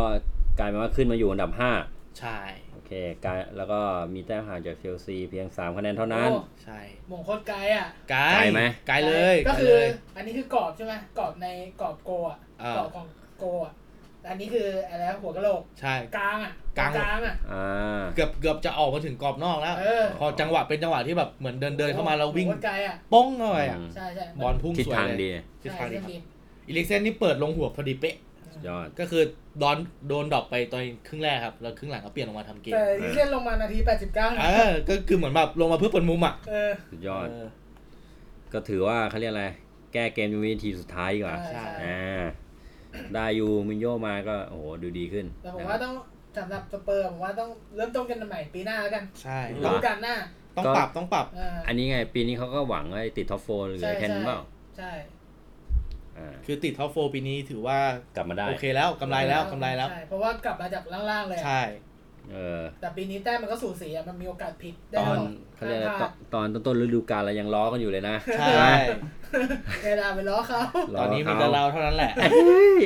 กลายเป็นว่าขึ้นมาอยู่อันดับห้า ใช่ โอเคกลายแล้วก็มีแต้มห่างจากเชลซีเพียงสามคะแนนเท่านั้น โอ้ ใช่ หมงโคตรไกลอ่ะ ไกล ไกลไหม ไกลเลย ก็คือ ไลเลย อันนี้คือกรอบใช่ไหมกรอบในกรอบโกอ่ะ อ่า กรอบของโกอ่ะแต่อันนี้คืออะไรนะหัวกะโหลก ใช่ กลางอ่ะ กลาง กลางอ่ะ อ่า เกือบเกือบจะออกมาถึงกรอบนอกแล้ว เออ พอจังหวะเป็นจังหวะที่แบบเหมือนเดินเดินเข้ามาแล้ววิ่ง โหโคตรไกลอ่ะ ป้องเข้าไปอ่ะ อืม ใช่ใช่ บอลพุ่ง ทิศ สวย ทาง เลย ดี ทิศ ใช่ ทางดี เส้น ครับ ดี อิเล็กเซนนี่เปิดลงหัวพอดีเป๊ะ สุดยอด ก็คือดอนโดนดรอปไปตอนครึ่งแรกครับ แล้วครึ่งหลังก็เปลี่ยนลงมาทำเกม แต่เล่นลงมานาทีแปดสิบเก้า เออก็คือเหมือนแบบลงมาเพื่อเปิดมุมอ่ะ เออ สุดยอด เออ ก็ถือว่าเขาเรียกอะไร แก้เกมยูวินาทีสุดท้ายดีกว่า ใช่ อ่า ได้อยู่มินโยมาก็ โอ้โห ดูดีขึ้น แต่ผม นะค ว่า รับ ต้องสำหรับสเปอร์ผมว่าต้องเริ่มต้นกันใหม่ปีหน้าแล้วกัน ใช่ อืมฤต้อง ดูกาลหน้า ต้อง ก็ ปรับต้องปรับ เออ อันนี้ไง ปีนี้เขาก็หวังว่าติดท็อปโฟร์หรืออะไรแค่นั้นเปล่า ใช่ อ่า คือติดท็อปโฟปีนี้ถือว่าก ลับมาได้ โอเคแล้วกำไรแล้วกำไรแล้ว ใช่เพราะว่ากลับมาจากล่างๆเลยอะ ใช่ เออ แต่ปีนี้แต้มมันก็สูสีอะมันมีโอกาสผิดได้ ตอน ลด เขาเรียกอะไร ห้ามพ ต ลา อน ด ตอนต้นๆฤดูกาลเรายังล้อกันอยู่เลยนะ ใช่ เวลาไปล้อเขา [laughs] ล้ [laughs] ตอนนี้มีแต่เราเท่านั้นแหละ เฮ้ย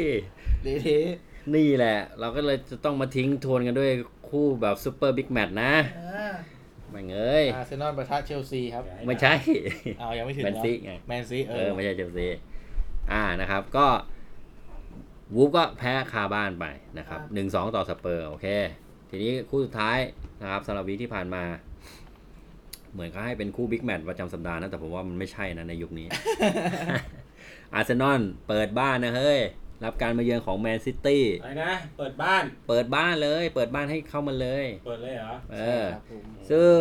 เละเทะ นี่แหละ เราก็เลยจะต้องมาทิ้งทวนกันด้วยคู่แบบซูเปอร์บิ๊กแมตช์นะ เออ แม่งเอ้ย อาร์เซนอลประทะเชลซีครับ ไม่ใช่ เอายังไม่ถึง แมน เหรอ ซีไง แมนซีเอ เอ อ อไม่ใช่เชลซีอ่านะครับก็วูฟก็แพ้คาบ้านไปนะครับ ครับ หนึ่งสองต่อสเปอร์โอเค ทีนี้คู่สุดท้ายนะครับสำหรับวีคที่ผ่านมา เหมือนเขาให้เป็นคู่บิ๊กแมตช์ประจำสัปดาห์นะ แต่ผมว่ามันไม่ใช่นะในยุคนี้ [laughs] อาร์เซนอลเปิดบ้านนะเฮ้ย รับการมาเยือนของแมนซิตี้ อะไรนะ เปิดบ้าน เปิดบ้านเลย เปิดบ้านให้เข้ามาเลย เปิดเลยเหรอ เอ ใช่ อ ครับผม ซึ่ง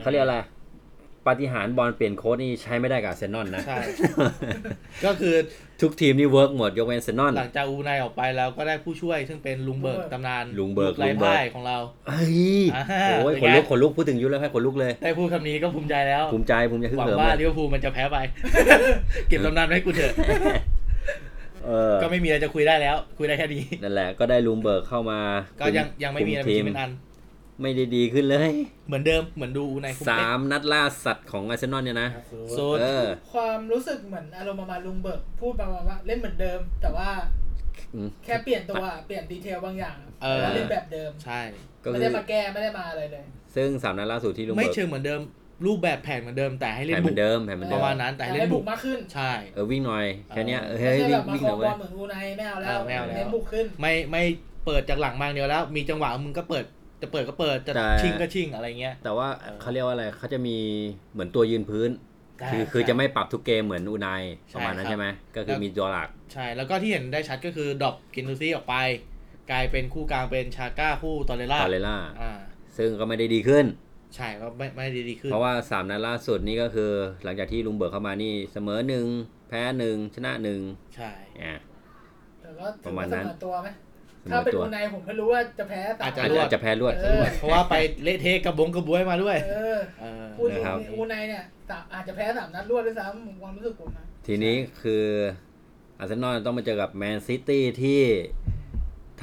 เขาเรียกอะไร ป ปาฏิหาริย์บอลเปลี่ยนโค้ดนี่ใช้ไม่ได้กับอาร์เซนอลนะ ใช่ ก็คือ ทุกทีมนี่เวิร์กหมดยกเว้นอาร์เซนอล หลังจากอูไนออกไปแล้วก็ได้ผู้ช่วย ซึ่งเป็นลุงเบิร์กตำนาน ลุงเบิร์ก ไร้ ลุงเบิร์ก พ่ายของเรา เฮ้ย อ่า โอ้ย เป็ ขน นไง ลุกขนลุกพูดถึงยุคแล้วให้ขนลุกเลย ได้พูดคำนี้ก็ภูมิใจแล้ว ภูมิใจภูมิใจขึ้น หวัง เหิม ว่าลิ เลย เวอร์พูลมันจะแพ้ไป เก็บตำนานไว้ให้กูเถอะ เออ ก็ไม่มีอะไรจะคุยได้แล้ว คุยได้แค่นี้ นั่นแหละก็ได้ลุงเบิร์กเข้ามา ก็ยังยังไม่มีอะไร คุ เป็น ที ชิ้นเป็นอัน ไม่ได้ดีขึ้นเลย เหมือนเดิมเหมือนดูในคุม สา เล็ก มนัดล่าสัตว์ของอาร์เซนอลเนี่ยนะ โซน เออ ความรู้สึกเหมือนอารมณ์ประมาณลุงเบิร์กพูดประมาณว่าเล่นเหมือนเดิม แต่ว่า อืม แค่เปลี่ยนตัวเปลี่ยนดีเทลบางอย่าง เออ แล้วเล่นแบบเดิม ใช่ ก็ ไม่ คื ได้ อ มาแก้ไม่ได้มาอะไรเลย ซึ่งสามนัดล่าสุดที่ลุง ไม่ เบิร์ก เชิงเหมือนเดิม รูปแบบแผนเหมือนเดิมแต่ให้เล่ แผ่ น นเหมืบุอก นเดิมแผ่นเหมือน ป เดิ ระ ม มาณนั้นแต่ให้ แต่ เล่ เล่ น น บุ บุ ก กมากขึ้น ใช่ เออวิ่งหน่อยแค่เนี้ยเออ ไม่ เฮ้ย ใช่ วิ่งแบบมา วิ่ง ข หน่ออย บ เว้ อย ลเหมือนอูไนไม่เอาแล้ว เออไม่เอาแล้ว เน้นบุกขึ้น ไม่ไม่เปิดจากหลังมากเดียวแล้ว มีจังหวะมึงก็เปิด จะเปิดก็เปิดจะชิงก็ชิงอะไรเงี้ย แต่ว่าเขาเรียกว่าอะไรเขาจะมีเหมือนตัวยืนพื้น คือคือจะไม่ปรับทุกเกมเหมือนอูไนประมาณนั้น ใช่คใช่รับไหมก็คือมีตัวหลัก ใช่ แล้วก็ที่เห็นได้ชัดก็คือดรอปกินนูซี่ออกไป กลายเป็นคู่กลางเป็นชาก้าคู่ตอเรล่า ตาเลล่า อ่า ซึ่งก็ไม่ได้ดีขึ้น ใช่ก็ไม่ไม่ดีดีขึ้น เพราะว่า 3 นัดล่าสุดนี่ก็คือ หลังจากที่ลุงเบิร์กเข้ามานี่เสมอหนึ่งแพ้หนึ่งชนะหนึ่ง ใช่ อ่ะ แต่ก็ ป ถื ระ อ มาณ ว่า นั้ เส น มอตัวไหม เสม ถ้า อ เป็น ตัว อูไนผมก็รู้ว่าจะแพ้ตาม อาจจะ อาจ ร จะ วด อาจจะแพ้รวด เออ เพราะว่าไปเละเทะกระบงกระบวยมาด้วย เออ เออ พูดถึง นะครับ อูไนเนี่ยตามอาจจะแพ้สามนัดรวดด้วยซ้ำความรู้สึกผมนะ ทีนี้คืออาร์เซนอลต้องมาเจอกับแมนซิตี้ที่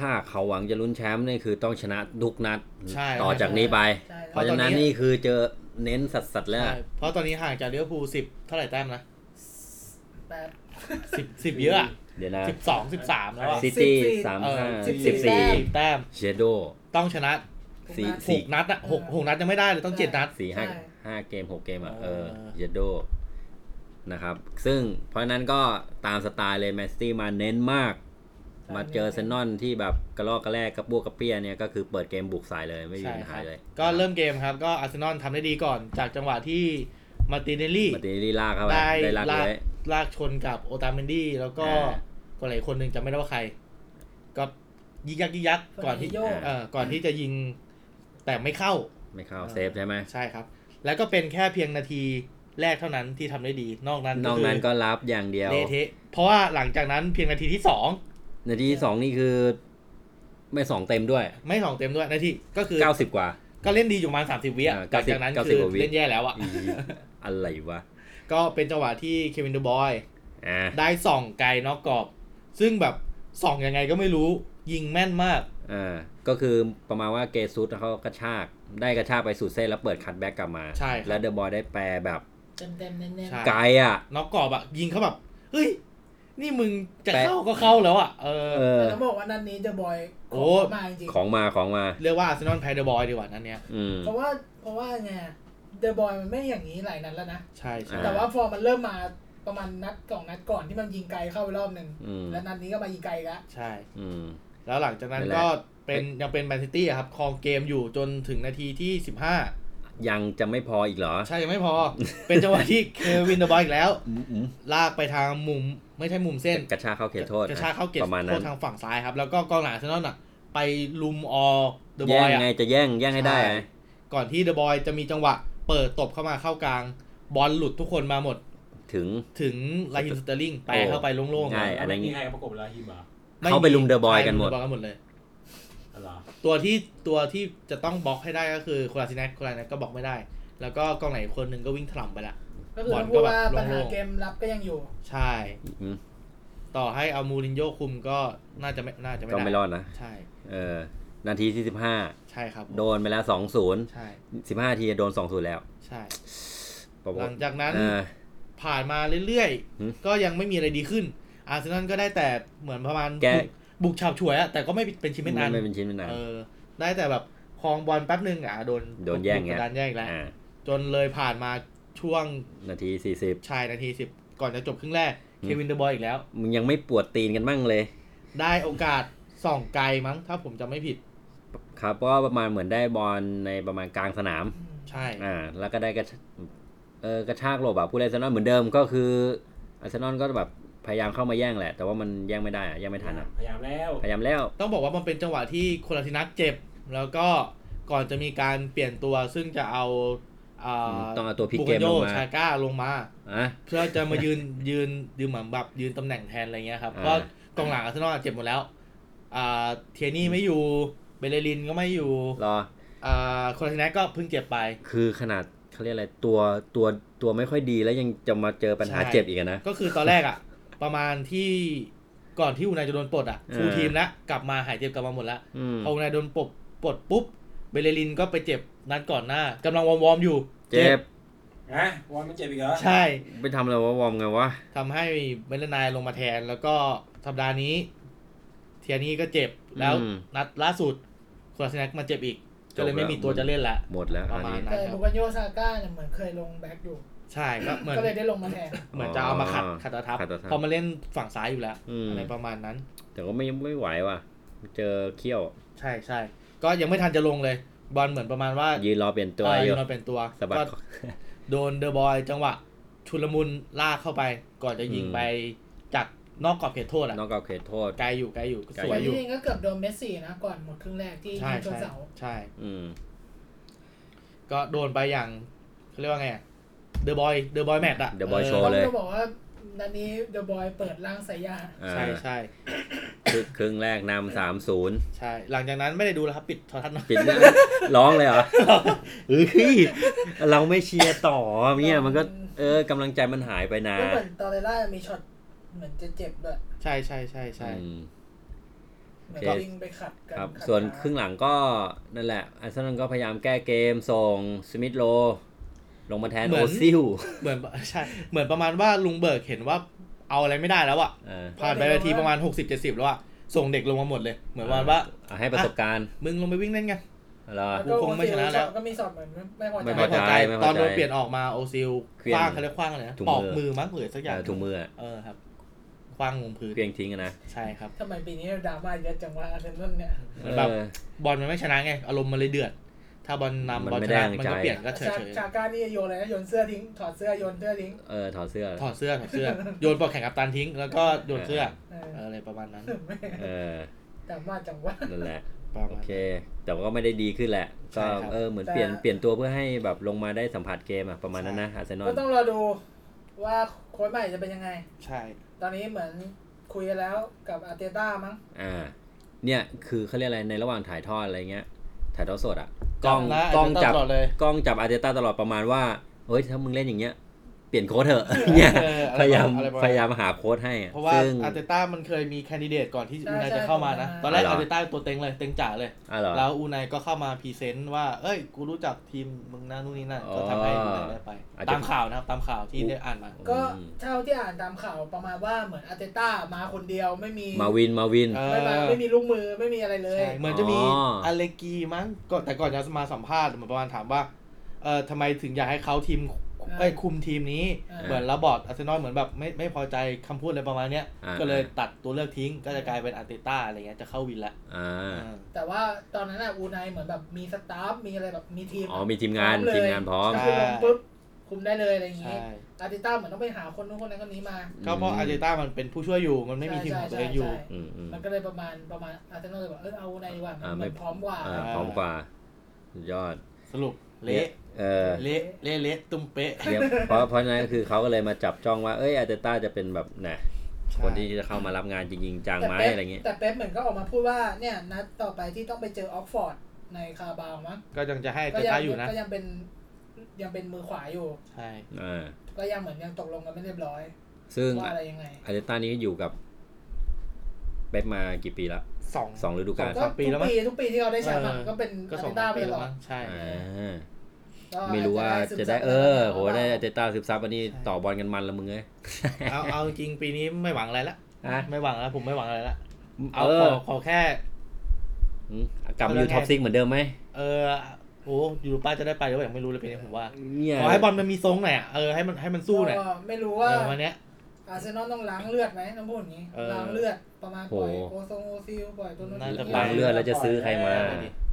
ถ้าเขาหวังจะลุ้นแชมป์นี่คือต้องชนะทุกนัด ใช่ ต่อจากนี้ไป ใช่ เพ เพราะ ราะฉะนั้นนี่คือเจอเน้นสัสๆแล้ว ใช่เพราะตอนนี้ห่างจากลิเวอร์พูลสิบเท่าไหร่แต้มนะ แบบ สิบสิบเยอะอะ เดี๋ยวนะ สิบสองสิบสามแล้วอะ ซิตี้สาม เออ ห้า สิ สิ บบ สี่ สี่ แต้ม เชโด ต้องชนะ ทุก สี่ นัด หกนัดอะหกหกนัดยังไม่ได้เลยต้องเจ็ดนัด สี่ห้า ใช่ ห้าเกมหกเกมอ่ะ เอ เอ อ อเยดโดนะครับ ซึ่งเพราะฉะนั้นก็ตามสไตล์เลยแมนซิตี้มาเน้นมาก มาเจอเซนนอนที่แบบกระลอกกระแรกกระปั้วกระเปี้ยเนี่ย ก็คือเปิดเกมบุกใส่เลยไม่มี ใช่ ปัญ ค หา รับ เลย ก็เริ่มเกมครับ ก็อาร์เซนอลทำได้ดีก่อน จากจังหวะที่มาร์ติเนลลี่ มาตินีลากเข้าไป ได้ ได้ลาก ลาก เลย ลากชนกับโอตาเมนดี้แล้วก็ อ่า คนไหนคนหนึ่งจำไม่ได้ว่าใคร ก็ยิกยักยิกยักก่อนที่ โยก เอ่อก่อนที่จะยิงแต่ไม่เข้า ไม่เข้า เออ เซฟใช่ไหม ใช่ครับ แล้วก็เป็นแค่เพียงนาทีแรกเท่านั้นที่ทำได้ดีนอกนั้น นอก คื นั้นก็รับอย่างเดียว เละเทะเพราะว่าหลังจากนั้นเพียงนาทีที่สอง นาทีที่สองนี่คือ ไม่สองเต็มด้วย ไม่สองเต็มด้วยนาทีก็คือ เก้าสิบกว่า ก็เล่นดีอยู่ประมาณสามสิบวิอะ อ่า หลังจากนั้น 90 คื90อกว่าวิ เล่นแย่แล้วอะ อีอะไรวะ ก็เป็นจังหวะที่เควินเดูบอย อ่ะ ได้ส่องไกลนอกกรอบ ซึ่งแบบส่องยังไงก็ไม่รู้ยิงแม่นมาก อ่าก็คือประมาณว่าเกซุสเขากระชาก ได้กระชากไปสุดเส้นแล้วเปิดคัทแบ็กกลับมา ใช่ครับ แล้วเดอะบอยได้แปรแบบ เต็มเต็มๆเน้นๆ ใช่ ไกลอ่ะ นอกกรอบอะยิงเขาแบบเฮ้ย นี่มึงจะ แปะ เข้าก็เข้าแล้วอะเออ เออ แต่ต้องบอกว่านัดนี้จะบอย โอ้ ของมากจริง ของมาของมา เรียกว่าอาร์เซนอลแพ้เดอะบอยดีกว่านั้นเนี่ย อืม ๆเพราะว่าเพราะว่าไงเดอะบอยมันไม่อย่างนี้หลายนัดแล้วนะ ใช่ใช่ อ่า แต่ว่าฟอร์มมันเริ่มมาประมาณนัดสองนัดก่อนที่มันยิงไกลเข้าไปรอบหนึ่ง อืม แล้วนัดนี้ก็มายิงไกลอีกละ ใช่ อืม แล้วหลังจากนั้น นั่นแหละ ก็เป็นยังเป็นแมนซิตี้อะครับครองเกมอยู่จนถึงนาทีที่ 15 ยังจะไม่พออีกเหรอ ใช่ยังไม่ [laughs] พอ เป็นจังหวะที่เควินเดอะบอยอีกแล้ว อืมอืม ลากไปทางมุมไม่ใช่มุมเส้น กระชากเข้าเขตโทษ กระชากเข้าเกต ประมาณ โท นั้ ษ น ทางฝั่งซ้ายครับ แล้วก็กองหลังอาร์เซนอลอะไปลุมออเดอะบ แย่ อง ยอะ ไงจะแย่งแย่งให้ได้ไง ใช่ ก่อนที่เดอะบอยจะมีจังหวะ เปิดตบเข้ามาเข้ากลาง บอลหลุดทุกคนมาหมด ถึง ถึงลาฮิมสเตอร์ลิงแปลเข้าไปโล่งๆ ใช่ อะ อันนั้น มีใครประกบเวลาฮิมเหรอ ม่มี เข้าไปลุม The Boy กันหมด ใช่ลุ The Boy กันหมดเลย อ๋อเหรอ ตัวที่ตัวที่จะต้องบล็อกให้ได้ก็คือโคลาซินัทโคลาซินัทก็บล็อกไม่ได้ แล้วก็กองไหนคนหนึ่งก็วิ่งถล่มไปละ ก็คือต้อง บอลก็ พูด แบบ ว่าปัญหา โล่งๆ เกมรับก็ยังอยู่ ใช่ อืม ต่อให้เอามูรินโญ่คุมก็น่าจะไม่น่าจะไม่ ก็ไม่ร ได้ อดนะ ใช่ เออ นาทีที่สิบห้า ใช่ครับ โดนไปแล้วสองศูนย์ ใช่ สิบห้าทีโดนสองศูนย์แล้ว ใช่ ประ ห มา ลั ณ งจากนั้น อ่า ผ่านมาเรื่อย หืม ๆ ก็ยังไม่มีอะไรดีขึ้น อาร์เซนอลก็ได้แต่เหมือนประมาณ แก้ บุกบุกฉาบฉวยอะแต่ก็ไม่เป็นชิ้นเป็นอัน ไม่เป็นชิ้นเป็นอัน เออ ได้แต่แบบคลองบอลแป๊บนึงอ่ะโดน โดนแย่งไง กดดันแย่งแล้ว อ่า จนเลยผ่านมาช่วง นาทีสี่สิบ ชายนาทีสิบก่อนจะจบครึ่งแรก หืม เควินเดอะบอยอีกแล้ว มึงยังไม่ปวดตีนกันบ้างเลย ได้โอกาสส่องไกลมั้ง ถ้าผมจำไม่ผิด ครับก็ประมาณเหมือนได้บอลในประมาณกลางสนาม ใช่ อ่าแล้วก็ได้กระชเออกระชากหลบอะผู้เล่นอาร์เซนอลเหมือนเดิมก็คืออาร์เซนอลก็แบบพยายามเข้ามาแย่งแหละ แต่ว่ามันแย่งไม่ได้อะแย่งไม่ทันอะ พยายามแล้ว พยายามแล้ว ต้องบอกว่ามันเป็นจังหวะที่โคลาทินักเจ็บ แล้วก็ก่อนจะมีการเปลี่ยนตัวซึ่งจะเอา อ่า ต้องเอาตัวพลิกเกม บุคโย ลงมา ชาก้าลงมา อ่ะ เพื่อจะมายืน [laughs] ยืนยืนเหมือนแบบยืนตำแหน่งแทนอะไรเงี้ยครับ อ่า ก็กองหลังอาร์เซนอลเจ็บหมดแล้ว อ่าเทียนี่ไม่อยู่เบเลรินก็ไม่อยู่ รอ อ่าโคลาทินัสก็เพิ่งเจ็บไป คือขนาดเขาเรียกอะไรตัวตัวตัวไม่ค่อยดีแล้วยังจะมาเจอปัญหา ใช่ เจ็บอีกอะนะ ก็คือตอนแรกอ่ะ [laughs] ประมาณที่ก่อนที่อูนายจะโดนปลดอ่ะ เออ ฟูลทีมแล้วกลับมาหายเจ็บกลับมาหมดแล้ว อืม พออูนายโดนปลดปลดปุ๊บเบเลรินก็ไปเจ็บนัดก่อนหน้ากำลังวอร์มๆอยู่ เจ็บ ฮะวอนไม่เจ็บอีกเหรอ ใช่ ไปทำอะไรวะวอร์มไงวะ ทำให้เบเลนายลงมาแทนแล้วก็สัปดาห์นี้ เทียนี่ก็เจ็บแล้ว อืม นัดล่าสุดคุณอาเซนักมาเจ็บอีก ก็เลยไม่มีตัวจะเล่นละ หมดแล้วอันนี้ ประมาณนั้น แต่บุกันโยซาก้าเนี่ยเหมือนเคยลงแบ็กอยู่ ใช่ก็เหมือน ก็เลยได้ลงมาแทน เหมือนจะเอามาขัดขัดตาทับ ขัดตาทับ เพอมาเล่นฝั่งซ้ายอยู่แล้ว อืม อะไรประมาณนั้น แต่ก็ไม่ไม่ไหวว่ะ เจอเขี้ยว ใช่ใช่ก็ยังไม่ทันจะลงเลย บอลเหมือนประมาณว่า ยืนรอเปลี่ยนตัว เออ อยู่ ยูนอนเป็นตัว สะบัด ก็ คอ โดนเดอะบอยจังหวะ ชุลมุนลากเข้าไป ก่อนจะยิง อืม ไปจากนอกกรอบเขตโทษอ่ะ น้องเกาเขตโทษ ไกลอยู่ไกลอยู่ก็ ไกล สวยอยู่ จริงๆก็เกือบโดนเมสซี่นะ ก่อนหมดครึ่งแรกที่ ใช่ ยิงชน ใช่ เสา ใช่ อืม ก็โดนไปอย่างเขาเรียกว่าไงเดอะบอยเดอะบอยแมตอ่ะ The Boy ออ Show ต้อง เลย จะบอกว่านันนี้เดอะบอยเปิดร่างสายยา อ่า ใช่ใช่ คือครึ่งแรกนำสามศูนย์ ใช่ หลังจากนั้นไม่ได้ดูแล้วครับปิดโทรทัศน์เนอะ ปิดหน้า [laughs] ร้องเลยเหรอเฮ้ยเราไม่เชียร์ต่อเนี่ยมันก็ เออกำลังใจมันหายไปนะ แล้วเหมือนตอนเรล่ามีช็อตเหมือนจะเจ็บด้วย ใช่ใช่ใช่ใช่ อืม เหมือน โอเค วิ่งไปขัดกัน ครับ ขัด ส่วน ขา ครึ่งหลังก็นั่นแหละอาร์เซนอลก็พยายามแก้เกมส่งสมิธโลลงมาแทนโอซิล เหมือน [laughs] ใช่เหมือนประมาณว่าลุงเบิร์กเห็นว่าเอาอะไรไม่ได้แล้วอ่ะ เออ ผ่านไปนาทีประมาณ 60-70 แล้วอ่ะส่งเด็กลงมาหมดเลย เหมือนประมาณว่า เอให้ประสบการณ์ มึงลงไปวิ่งเล่นกัน เหรอ แล้วก็ กูคงไม่ชนะแล้ว ก็มีสอบเหมือนไม่พอใจ ไม่พอใจ ไม่พ ต อ อนโดนเปลี่ยนออกมาโอซิล เค ค รื่อง ว้างเขาเรียกคว้างอะไรนะ ถุงมือ ปอกมือมั้งหรือสักอ เอย่าง อถุงมืออะ เออครับคว้างลงพื้น เพียงทิ้งอะนะ ใช่ครับ ทำไมปีนี้ดราม่าเยอะจังวะอาร์เซนอลเนี่ย เ เหมือนแบบ ออ บอลมันไม่ชนะไง อารมณ์มันเลยเดือด ถ้าบอล มัน นำบอล ไม่ ช ได้ นะ ดัง มัน ใจ ก็เปลี่ยนก็เฉ ชาย ชาก้านี่โยนเลยนะโยนเสื้อทิ้ง ถอดเสื้อโยนเสื้อทิ้ง เออถอดเสื้อ ๆถอดเสื้อถอดเสื้อ โยนปลอกแข่งกับตันทิ้ง แล้วก็โยนเสื้อ เออ เอออะไรประมาณนั้น แม่ เออ ดราม่าจังวะ นั่นแหละ ประมาณ โอ นั้น เค แต่ก็ไม่ได้ดีขึ้นแหละ ใช่ ก็ ครับ เออเหมือน แต่ เปลี่ยนเปลี่ยนตัวเพื่อให้แบบลงมาได้สัมผัสเกมอะประมาณนั้นนะอาร์เซนอ ก็ ล ต้องรอดูว่าโค้ชใหม่จะเป็นยังไง ใช่ ตอนนี้เหมือนคุยกันแล้วกับอาร์เตต้ามั้ง อ่า เนี่ยคือเขาเรียกอะไรในระหว่างถ่ายทอดอะไรเงี้ย ถ่ายทอดสดอะกล้อง จำนะ กล้อง ไเจ้า จับ ตลอดเลย กล้องจับอาร์เตต้าตลอดประมาณว่าเฮ้ยถ้ามึงเล่นอย่างเงี้ย เปลี่ยนโค้ชเถอะเนี่ย เอออะไร พยายาม อะไรประ พ ณ ยา นั้น ยามหาโค้ชให้อะ เพราะว่า ซึ่ง อาร์เตต้ามันเคยมีแคนดิเดตก่อนที่ ใช่ อูนายจะ ใช่ เข้ามานะ ใช่ ตอนแรกอาร์เตต้าตัวเต็งเลยเต็งจ๋าเลย อ่ะเหรอ แล้วอูไนก็เข้ามาพรีเซนต์ว่า เอ้ย กูรู้จักทีมมึงนะนู่นนี่นั่น ก็ทำให้อูไนได้ไป อาจจะ ตามข่าวนะครับ ตามข่าวที่ได้อ่านมา ก็เท่าที่อ่านตามข่าวประมาณว่าเหมือนอาร์เตต้ามาคนเดียวไม่มี มาวินมาวิน เออ ไม่มาไม่มีลูกมือไม่มีอะไรเลย ใช่เหมือนจะมี อ๋ออ อเลกีมั้งก่อนแต่ก่อนจะมาสัมภาษณ์เหมือนประมาณถามว่า เออทำไมถึงอยากให้เขาทีมเอ้ยคุมทีมนี้ อ่า เหมือนระบอดอาร์เซนอลเหมือนแบบไม่ไม่พอใจคำพูดอะไรประมาณเนี้ย อ่า ก็เลยตัดตัวเลือกทิ้ง ก็จะกลายเป็นอาร์เตต้าอะไรเงี้ย จะเข้าวินละ อ่า อ่า แต่ว่าตอนนั้นอะอูไนเหมือนแบบมีสตาฟมีอะไรแบบมีทีม อ๋อมีทีมงาน พร้อมเลย ทีมงานพร้อม ใช่ คือลงปุ๊บคุมได้เลยอะไรอย่าง ใช่ งี้ อาร์ติต้าเหมือนต้องไปหาคนนู้นคนนั้นคนนี้มา ก็เพราะอาร์เตต้ามันเป็นผู้ช่วยอยู่ มันไม่มีทีมของตัวเองอยู่ ใช่ใช่ใช่ อืมอืม มันก็เลยประมาณประมาณอาร์เซนอลเลยบอกเออเอาในดีกว่า อ่า มัน ไม่ มันพร้อมกว่า อ่าพร้อมกว่าสุดยอด สรุปเละ เออ เละเละเละตุ้มเป๊ะ เดี๋ยวเพราะเพราะฉะนั้นก็คือเขาก็เลยมาจับจ้องว่า เอ้ยอาร์เตต้าจะเป็นแบบน่ะคนที่จะเข้ามารับงานจริงๆจังไหม แต่เป๊ป อะไรเงี้ย แต่เป๊ปเหมือนก็ออกมาพูดว่าเนี่ยนัดต่อไปที่ต้องไปเจอออกฟอร์ดในคาราบาวมั้ง ก็ยังจะให้ ก็ เต ยั ต้าอยู่นะ ก็ยังเป็นยังเป็นมือขวาอยู่ ใช่ อ่า ก็ยังเหมือนยังตกลงกันไม่เรียบร้อย ซึ่ง ว่าอะไรยังไง อาร์เตต้านี้อยู่กับเป๊ปมากี่ปีละ สอง สองฤดูกาล ส ก็ องปี ทุ แล้ว ก มั้ง ปีทุกปีที่เขาได้แชมป์อะ เออ ก็เป็น ก็ อาร์ สอ เต ง ต้าไป ปี ต แล้ ลอดวมั้งใช่ อ่า ก็ ไม่รู้ว่าจะได้เออโหได้อาร์เตต้าซึบซับอันนี้ ใช่ ต่อบอลกันมันละมึงเอ้ย เอาเอาจริงปีนี้ไม่หวังอะไรละ ฮะ ไม่หวังแล้วผมไม่หวังอะไรละเอา เอ ขอ อ ขอแค่ อืมกลับมาอยู่ท็อปซิกเหมือนเดิมไหม เออโอ้ยูโรป้าจะได้ไปหรือเปล่ายังไม่รู้เลยปีนี้ผมว่า เนี่ย ขอให้บอลมันมีทรงหน่อยอะเออให้มันให้มันสู้หน่อย ก็ไม่รู้ เอ ว่า อวันเนี้ย อาร์เซนอลต้องล้างเลือดไหมต้องพูดอย่างนี้ เออ ล้างเลือดประมาณปล่อยโกโซโอซิลปล่อยตัวนู้น น่าจะไป หลังเลือดแล้วจะซื้อใครมา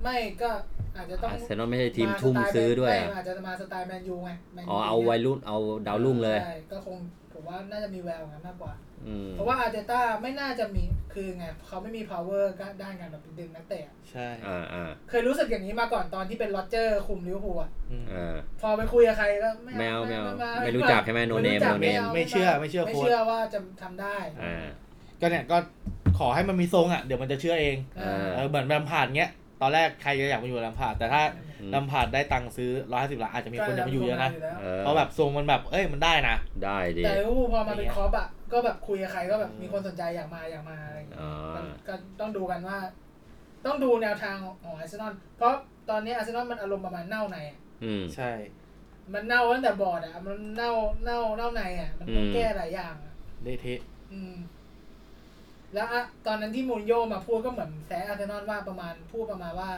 ไม่ก็อาจจะต้อง อาร์เซนอลไม่ใช่ทีมทุ่ม มาสไตล์ ซื้อด้วย ไม่ อะ อาจจะมาสไตล์แมนยูไงแมนยู อ๋อเอาวัยรุ่นเอาดาวรุ่งเลย ใช่ก็คง ผมว่าน่าจะมีแววงั้นมากกว่า อืม เพราะว่าอาร์เตต้าไม่น่าจะมีคือไงเขาไม่มี power ก็ด้านการแบบดึงนักเตะอะ ใช่ อ่าอ่า เคยรู้สึกอย่างนี้มาก่อนตอนที่เป็นโรเจอร์คุมลิเวอร์พูลอะ อืม อ่า พอไปคุยกับใครก็ไม่ แมว เอา แมว า ไม่รู้จักใช่ไหม no รู้จัก name no name า ไม่เชื่อา ไม่เชื่อ ไม่ โค้ช เชื่อว่าจะทำได้ อ่า ก็เนี่ยก็ขอให้มันมีทรงอ่ะเดี๋ยวมันจะเชื่อเอง เอ เ อ เออเหมือนแรมพาร์ดเงี้ยตอนแรกใครจะอยากมาอยู่แรมพาร์ดแต่ถ้า อืม แรมพาร์ดได้ตังค์ซื้อร้อยห้าสิบล้านอาจจะมีคนอยากมาอยู่เยอะนะ เออ เพราะแบบทรงมันแบบเอ้ยมันได้นะ ได้ดิ แต่ลิเวอร์พูลพอมาเป็นคอปอะก็แบบคุยกับใครก็แบบมีคนสนใจอยากมาอยากมาอะไรอย่างเงี้ย อ่า ก็ต้องดูกันว่า ต้องดูแนวทางของอาร์เซนอลเพราะตอนนี้อาร์เซนอลมันอารมณ์ประมาณเน่าในอะ อืม ใช่ มันเน่าตั้งแต่บอร์ดอ่ะมันเน่าเน่าเน่าในอ่ะมันต้อง อืม แก้หลายอย่างอะ เละเทะ อืม แล้วอะตอนนั้นที่มูรินโญ่มาพูดก็เหมือนแซะอาร์เซนอลว่าประมาณพูดประมาณว่า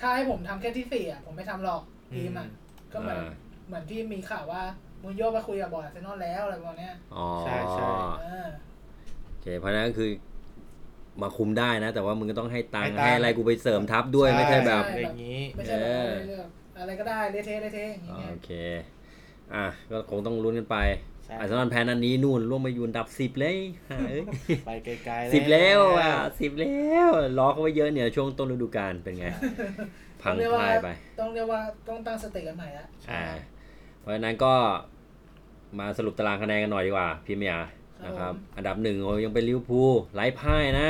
ถ้าให้ผมทำแค่ที่สี่อ่ะผมไม่ทำหรอกทีมอ่ะก็เหมือน อ่า เหมือนที่มีข่าวว่ามูรินโญ่ไปคุยกับบอร์ดอาร์เซนอลแล้วอะไรประมาณเนี้ย อ๋อ ใช่ใช่ เออ โอเคเพราะฉะนั้นก็คือ มาคุมได้นะ แต่ว่ามึงก็ต้องให้ตังค์ ให้ตังค์ ให้อะไรกูไปเสริมทัพด้วยไม่ใช่แบบ อะไรอย่างนี้ ไม่ใช่แบบ เออ เลือกอะไรก็ได้เละเทะเละเทะอย่างเงี้ย โอเค อ่ะ ก็คงต้องลุ้นกันไป ใช่ อาร์เซนอลแพ้นัดนี้นู่นล่วงไปอยูอันดับสิบเลยหาเอ้ย ไปไกลๆ สิบแล้วอ่ะสิบแล้วรอเขาไว้เยอะเนี่ย ช่วงต้นฤดูกาลเป็นไง พังพลายไป ต้องเรียกว่าต้องตั้งสติกันใหม่ละ อ่า เพราะฉะนั้นก็มาสรุปตารางคะแนนกันหน่อยดีกว่าพี่เมียร์นะครับ อันดับหนึ่งโอ้ยยังเป็นลิเวอร์พูลไร้พ่ายนะ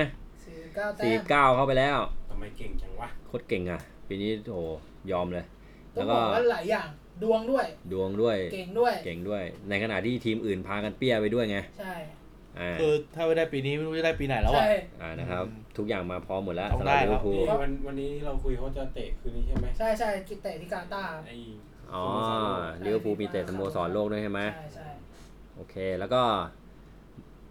สี่เก้าแต้ สี่ ม เก้าเข้าไปแล้ว ทำไมเก่งจังวะ โคตรเก่งอ่ะ ปีนี้โอ้โหยอมเลย ต้อ แล้วงบ ก็ อกว่าหลายอย่างดวงด้วย ดวงด้วย เก่งด้วย เก่งด้วย ในขณะที่ทีมอื่นพากันเปี้ยไปด้วยไง ใช่ อ่า คือถ้าไม่ได้ปีนี้ไม่รู้จะได้ปีไหนแล้วอ่ะ ใช่ อ่านะครับ อืม ทุกอย่างมาพร้อมหมดแล้ว ต้อง สำหรับ ได้ ลิเวอบ ร์ครัพูล นี่วันวันนี้ที่เราคุยเขาจะเตะคืนนี้ใช่ไหม ใช่ใช่กิเตะที่กาตาร์ ไอ้ อ๋อลิเวอร์พูลมีเตะสโมสรโลกด้วยใช่ไหม ใช่ใช่ โอเค แล้วก็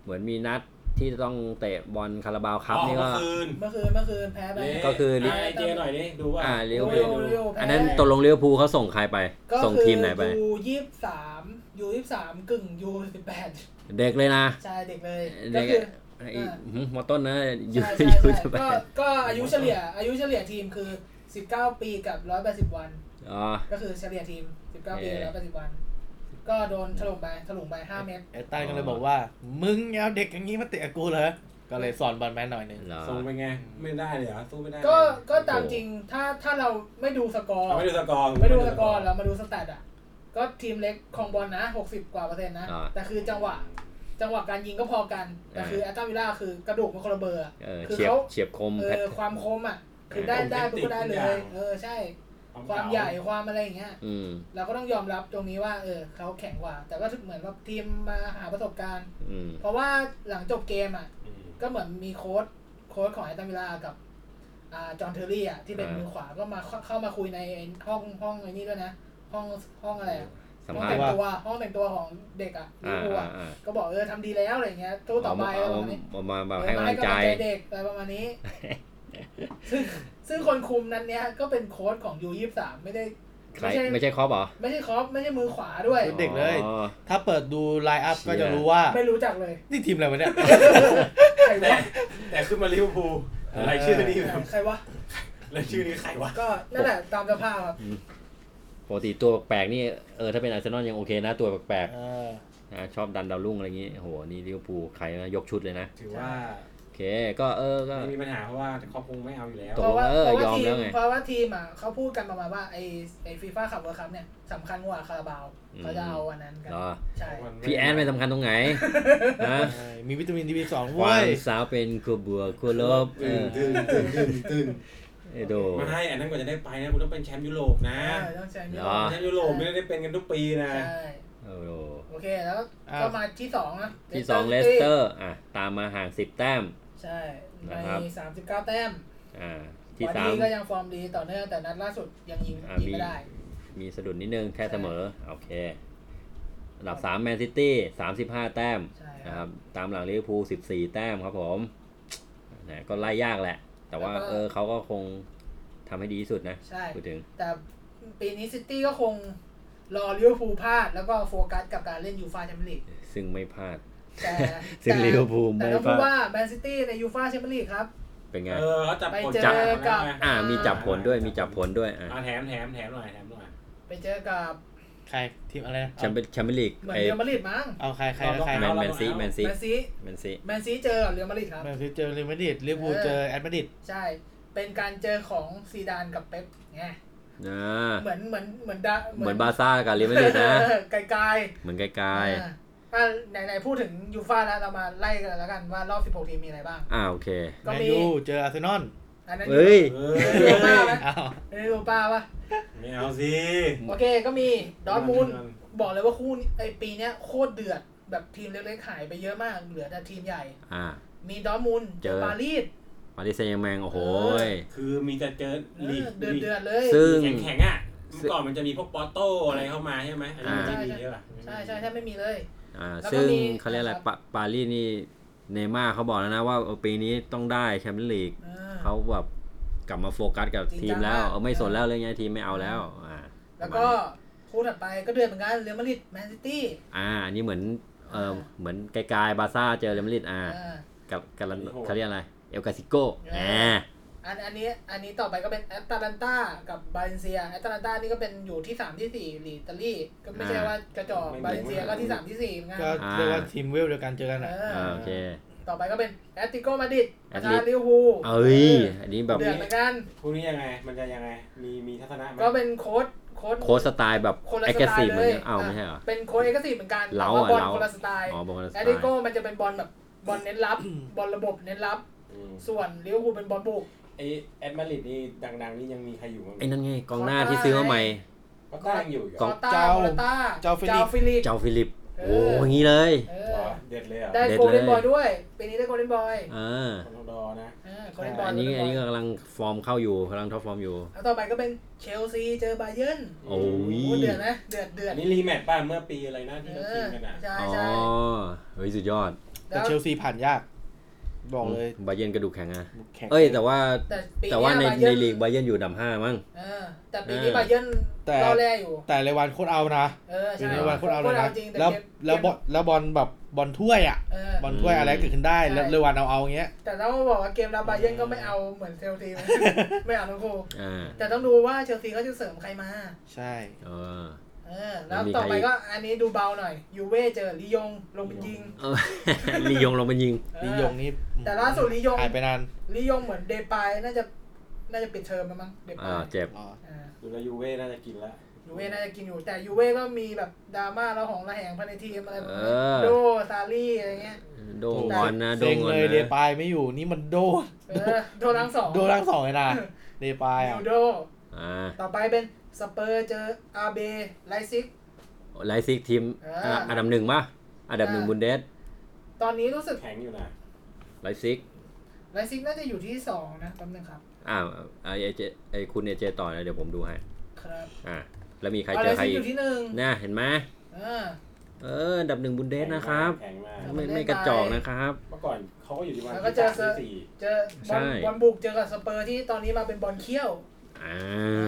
เหมือนมีนัดที่จะต้องเตะบอลคาราบาวครับ อ๋อ นี่ก็ เมื่อคืน เมื่อคืนเมื่อคืนแพ้ไป เละ ก็คือลิ ไอ้เจหน่อยดิดูว่า อ่าลิเวอร์ โอ้ พูลยโอ้ยโอ้ย อันนั้นตกลงลิเวอร์พูลเขาส่งใครไป ก็ ส่ง คือ ทีมไหนไป ยูยี่สิบสามยูยี่สิบสามกึ่งยูสิบแปด เด็กเลยนะ ใช่เด็กเลย ก็ เด็ก คือ ไอ้ อ่า หืมมอต้นนะอยู ใช่ใช่ อยู ใช่ จะไป ก็ก็อายุเฉลี่ย อายุเฉลี่ยทีมคือสิบเก้าปีกับร้อยแปดสิบวัน อ๋อ ก็คือเฉลี่ยทีม 19 ปี เอ่อ แล้วปัจจุบัน ก็โดนถล่มไปถล่มไป 5 เมตร เอดตันก็เลยบอกว่า มึงเอาเด็กอย่างนี้มาเตะกับกูเหรอ ก็เลยสอนบอลแมนหน่อยหนึง เหรอ ส่งไปไง ไม่ได้เลยเหรอสู้ไม่ได้เลย ก็ก็ตามจริงถ้าถ้าเราไม่ดูสกอร์ เอาไม่ดูสกอร์ ไม่ดูสกอร์เรามาดูสแตทอ่ะ ก็ทีมเล็กของบอลนะ 60 กว่าเปอร์เซ็นต์นะ อ่า แต่คือจังหวะ จังหวะการยิงก็พอกัน แต่ อ่า คือแอตตันวิลล่าคือกระดูกมันคนละเบอร์อะ เออ คือ เฉียบ เขา เฉียบคม เอ แพท อความคมอ่ะ คือได้ได้ปุ๊บก็ได้เลย เออใช่ ความใหญ่ความอะไรอย่างเงี้ย อืม เราก็ต้องยอมรับตรงนี้ว่าเออเขาแข็งกว่า แต่ก็เหมือนว่าทีมมาหาประสบการณ์ อืม เพราะว่าหลังจบเกมอ่ะ อืม ก็เหมือนมีโค้ดโค้ดของไอตันวิลลากับอ่าจอห์นเทอร์รี่อ่ะที่เป็น อ่ามื มือขวาก็มาเข้าเข้ามาคุยในห้องห้องไอ้นี่ด้วยนะ ห้องห้องอะไรอะ สัม ห้อง ภาษ แต่ ณ์ ง ว่า ตัวห้องแต่งตัวของเด็กอ่ะลิ อ่า เวอร์พูล อ่า อ่ะ อ่า ก็บอกเออทำดีแล้วอะไรเงี้ยตัวต่อไปอะไร เา ประมาณเอามานี้แบบ เออ ให้กำลังใจ มาเด็กอะไรประมาณนี้ ซึ่งซึ่งคนคุมนั้นเนี้ยก็เป็นโค้ดของยูยี่สามไม่ได้ ใครไม่ใช่คอปเหรอ ไม่ใช่ครอปไม่ใช่มือขวาด้วย เป็นเด็กเลย อ๋อ ถ้าเปิดดูไลน์อัพ เชี่ย ก็จะรู้ว่า [laughs] ไม่รู้จักเลย นี่ทีมอะไรวะเนี่ย ใคร แต่ วะ แต่ขึ้นมาลิเวอร์พูลอะไรชื่อนี้แบบ ใครวะ แล้วชื่อนี้ใครวะ ก็นั่นแหละตามสภาพครับ ปกติตัวแปลกๆนี่เออถ้าเป็นอาร์เซนอลยังโอเคนะ ตัวแปลก เออ ๆนะชอบดันดาวรุ่งอะไรอย่างงี้โหนี่ลิเวอร์พูลใครนะยกชุดเลยนะ ถือว่า โอเค ก็เออก็ ไม่มีปัญหาเพราะว่าครอบครัวไม่เอาอยู่แล้ว ตกลงเพราะว่า เออ เพอมราะว่ายที แล้ ม วไง เพราะว่าทีมอ่ะเขาพูดกันประมาณว่าไอไอฟีฟ่าขับเวอร์คัพเนี่ยสำคัญกว่าคาราบาว อืม เขาจะเอาอันนั้นกัน เหรอ ใช่ พี่แอนไม่สำคัญตรงไหนนะ มีวิตามินดีบีสอง ค เว้ วาม ย สาวเป็นครัวบัวครัวลบเอ ตื่น อ ตื่นตื่นตื่นตื่น เอโด ไม่ให้อันนั้นกว่าจะได้ไปนะคุณต้องเป็นแชมป์ยุโรปนะ ใช่ต้องใช้ เหร นี่ อ แชมป์ยุโรปไม่ได้เป็นกันทุกปีนะ ใช่ เอโด โอเคแล้ว อ่า ก็มาที่สองนะ ที่สองเลสเตอร์อ่ะตามมาห่างสิบแต้ม ใช่ใน นะครับ สามสิบเก้าแต้ม อ่าที่ วัน สาม นี้ก็ยังฟอร์มดีต่อเนื่องแต่นัดล่าสุดยังยิง อ่า ยิง มี ไม่ได้ มีสะดุดนิดนึงแค่เสมอ โอเคอันดับ3แมนซิตี้35 แต้ม ใช่ครับ นะครับตามหลังลิเวอร์พูล14 แต้มครับผมนะก็ไล่ยากแหละ แต่ว่า แล้วก็ เออเขาก็คงทำให้ดีที่สุดนะ ใช่ พูดถึง แต่ปีนี้ซิตี้ก็คงรอลิเวอร์พูลพลาด แล้วก็โฟกัสกับการเล่นยูฟาแชมเปี้ยนลีก ซึ่งไม่พลาด แต่ ซึ่งลิเวอร์พูลไม่พลาดแต่ต้องพูดว่าแมนซิตี้ในยูฟาแชมเปี้ยนลีกครับ เป็นไง เออเขาจับ ไป ผล เจอ จับผล กับ นะ อ่ามีจับผลด้วยมีจับผลด้วยอ่ะ อ่าแถมแถมแถมหน่อยแถมหน่อย ไปเจอกับ ใครทีมอะไรนะ แชมเปี้ยนแชมเปี้ยนลีก เหมือน ไอ้ เรอัลมาดริดมั้ง เอาใครใครใคร แมนแมนซีแมนซี แมนซี แมนซี แมนซีเจอกับเรอัลมาดริดครับ แมนซีเจอเรอัลมาดริดลิเวอร์พูลเจอแอตมาดริด ใช่ เป็นการเจอของซีดานกับเป๊ปไง อ่า เหมือนเหมือนเหมือนดา เหมือนบาร์ซ่ากับเรอัลมาดริดนะ [laughs] ไกลๆ เหมือนไกล อ่าอ่ะไหนไหนพูดถึงยูฟ่าแล้วเรามาไล่กันแล้วกันว่ารอบ 16 ทีมมีอะไรบ้าง ๆ อ่าโอเค แม ก็ น มี ยูเจออาร์เซนอล อันนั้น เฮ้ย เอ้ย ยูฟ่าไหม อ้าว อันนี้ยูฟ่าปะ ไม่เอาสิ โอเคก็มีดอร์ทมูลบอกเลยว่าคู่นี้ไอปีเนี้ยโคตรเดือด แบบทีมเล็กๆหายไปเยอะมาก เหลือแต่ทีมใหญ่ อ่า มีดอร์ทมูล เจอ ปารีส ปารีสแซงต์แชร์แมงโอ้โหย คือมีแต่เจอลีก เดือดเดือดๆเลย ซึ่ง แข็งแข็งๆอ่ะเมื่อก่อนมันจะมีพวกปอโต้อะไรเข้ามาใช่ไหมอันนี้มันจะมีใช่ป่ะ ใช่ใช่แทบไม่มีเลย อ่า แล้วก็ ซึ่ง มี เขาเรียกอะไร ครับ ปาปารีสนี่เนย์ม่าร์เขาบอกแล้วนะว่าเออปีนี้ต้องได้แชมเปี้ยนลีก อ่า เขาแบบกลับมาโฟกัสกับ จริงจัง ทีมแล้ว มาก เออไม่สนแล้วเรื่องเนี้ยทีมไม่เอาแล้วอ่า แล้วก็คู่ถัดไปก็เดือดเหมือนกันเรอัลมาดริดแมนซิตี้ อ่าอันนี้เหมือนเออ อ่า เหมือนไกลๆบาร์ซ่าเจอเรอัลมาดริดอ่า อ่า กับกับ โอ้โห เขาเรียกอะไรเอลกาซิโก้ อ่า อ่า อันอันนี้อันนี้ต่อไปก็เป็นแอตแลนตากับบาเลนเซียแอตแลนตานี่ก็เป็นอยู่ที่สามที่สี่หลีกอิตาลีก็ไม่ใช่ว่ากระจอก ไม่ บาเลนเซีย ไม่ ก็ที่สามที่สี่เหมือนกัน ก็เรียกว่าทีมเวลเดียวกันเจอกัน เอ อ่ะ อ อ่าโอเค ต่อไปก็เป็นแอตติโกมาดริด แอ อา ต จา เลติ ลิเวอร์พูล เอ้ยอันนี้แบบ เดือดเหมือนกัน พวกนี้ยังไง มันจะยังไง มีมีทัศนะไหม ก็เป็นโค้ดโค้ด โค้ชสไตล์แบบ คนละ แอ ส คที ไต ฟ ล์ เหมื เล อน ย กันอ้าวไม่ใช่เหรอ เป็นโค้ดเอกสิทธิ์เหมือนกัน เล้า แต่ว่บออะลเล้า คนละสไตล์ อ๋อบอลคนละส แอ ไต ตติโก ล์ มันจะเป็นบอลแบบบอลเน้น [coughs] รับบอลระบบเน้นรับ อืม ส่วนลิเวอร์พูลเป็นบอลบุก ไอแอดมาริดนี่ดังๆนี่ยังมีใครอยู่บ้าง ไอ้นั่นไงกองหน้า ขอต้า ที่ซื้อมาใหม่ ก็ต้ายังอยู่อีกเห ค ร อ อ ต้า เจ้า โมราต้า เจ้าฟิลิป ฟิลิป เจ้าฟิลิป เออ โอ้อย่างนี้เลย เอ เหร อ อเด็ดเลยเหรอ ได้ เด็ด โกลเด้น เลย บอลด้วยปีนี้ได้โกลเด้นบอย เออ ของเราดอนะ โกลเด้นบอย อันนี้อันนี้ก็กำลังฟอร์มเข้าอยู่กำลังท็อปฟอร์มอยู่ แล้วต่อไปก็เป็นเชลซีเจอบาเยิร์น โอ้ย โอ้เดือดนะเดือดเดือ อั ด นนี้รีแมตช์ป่ะเมื่อปีอะไรนะที่ เออเราทีมกันอ่ะ ใช่ อ๋อ ใช่ เฮ้ย สุดยอด แต่ แล้ว เชลซีผ่านยาก บอกเลย บาเยร์นกระดูกแข็งอะ แข็ง เอ้ย แต่ว่า แต่ปี แต่ว่าในในเยบเยิร์ ลีกบาเยร์นอยู่อันดับห้ามั้ง เออแต่ปี เอ นี้ อ บาเยิร์น แต่ รอแร่อยู่ แต่เลวันโคตรเอานะ เออ เป็ ใช่ นเลวันโคตรเอา โค เลย ตรเอา นะ จริงต่ แล้ว เกม แล้วบอลแล้วบอลแบบบอลถ้วยอ่ะ เออ บอลถ้วยอะไรเกิดขึ้นได้ ใช่ แล้วเลวันเอาเอาอย่างเงี้ย แต่ต้องบอกว่าเกมรับบาเยิร์นก็ไม่เอาเหมือนเชลซีนะไม่เอาทั้งคู่ อ่า แต่ต้องดูว่าเชลซีเขาจะเสริมใครมา ใช่ เออ เออแล้ว มีใคร ต่อไปก็อันนี้ดูเบาหน่อยยูเว่เจอลิยงลงเป็นยิง เออ ลียงลงมายิง เออ ลียงนี่ แต่ล่าสุดลียง หายไปนาน ลิยงเหมือนเดปายน่าจะน่าจะปิดเทอมแล้วมั้งเดปา อ่าย เจ็บ อ๋อ อ่า ดูแลวยูเว่น่าจะกินละ ยูเว่น่าจะกินอยู่แต่ยูเว่ก็มีแบบดราม่าแล้วของระแหงภายในทีมอะไรแบบนี้ เออ โดซาลี่อะไรเงี้ย โดงงอนนะโด เซ็ ง ง งอน เลยเด นะ ปายไม่อยู่นี่มันโดน เออโดนทั้งสอง โดนทั้งสองเลยนะเดปายอ่ะ ยูโด อ่า ต่อไปเป็นสเปอร์เจออาเบไลซิก ไลซิกทีม เอออ่ ะอันดับหนึ่งป่ะอันดับหนึ่ง อ่า บุนเดส ตอนนี้รู้สึก แข็งอยู่นะ ไลซิก ไลซิกน่าจะอยู่ที่สองนะแป๊บนึงครับ อ่าไอเอเจไอคุณเอเจต่อนะเดี๋ยวผมดูให้ ครับ อ่าแล้วมีใคร เอา เจ ไล อใคร ซิก อี อก ยู่ที่หนึ่ง น่าเห็นไหม เออ เอออันดับหนึ่งบุนเดสนะครับ แข็งมาก ไม่ไม่กระจอกนะครับ เมื่อก่อนเขาก็อยู่ที่วัน แล้วก็ ที่ เจอเซสามอร์ ที่สี่ เจอบอล ใช่ บอลบุกเจอกับสเปอร์ที่ตอนนี้มาเป็นบอลเขี้ยว อ่า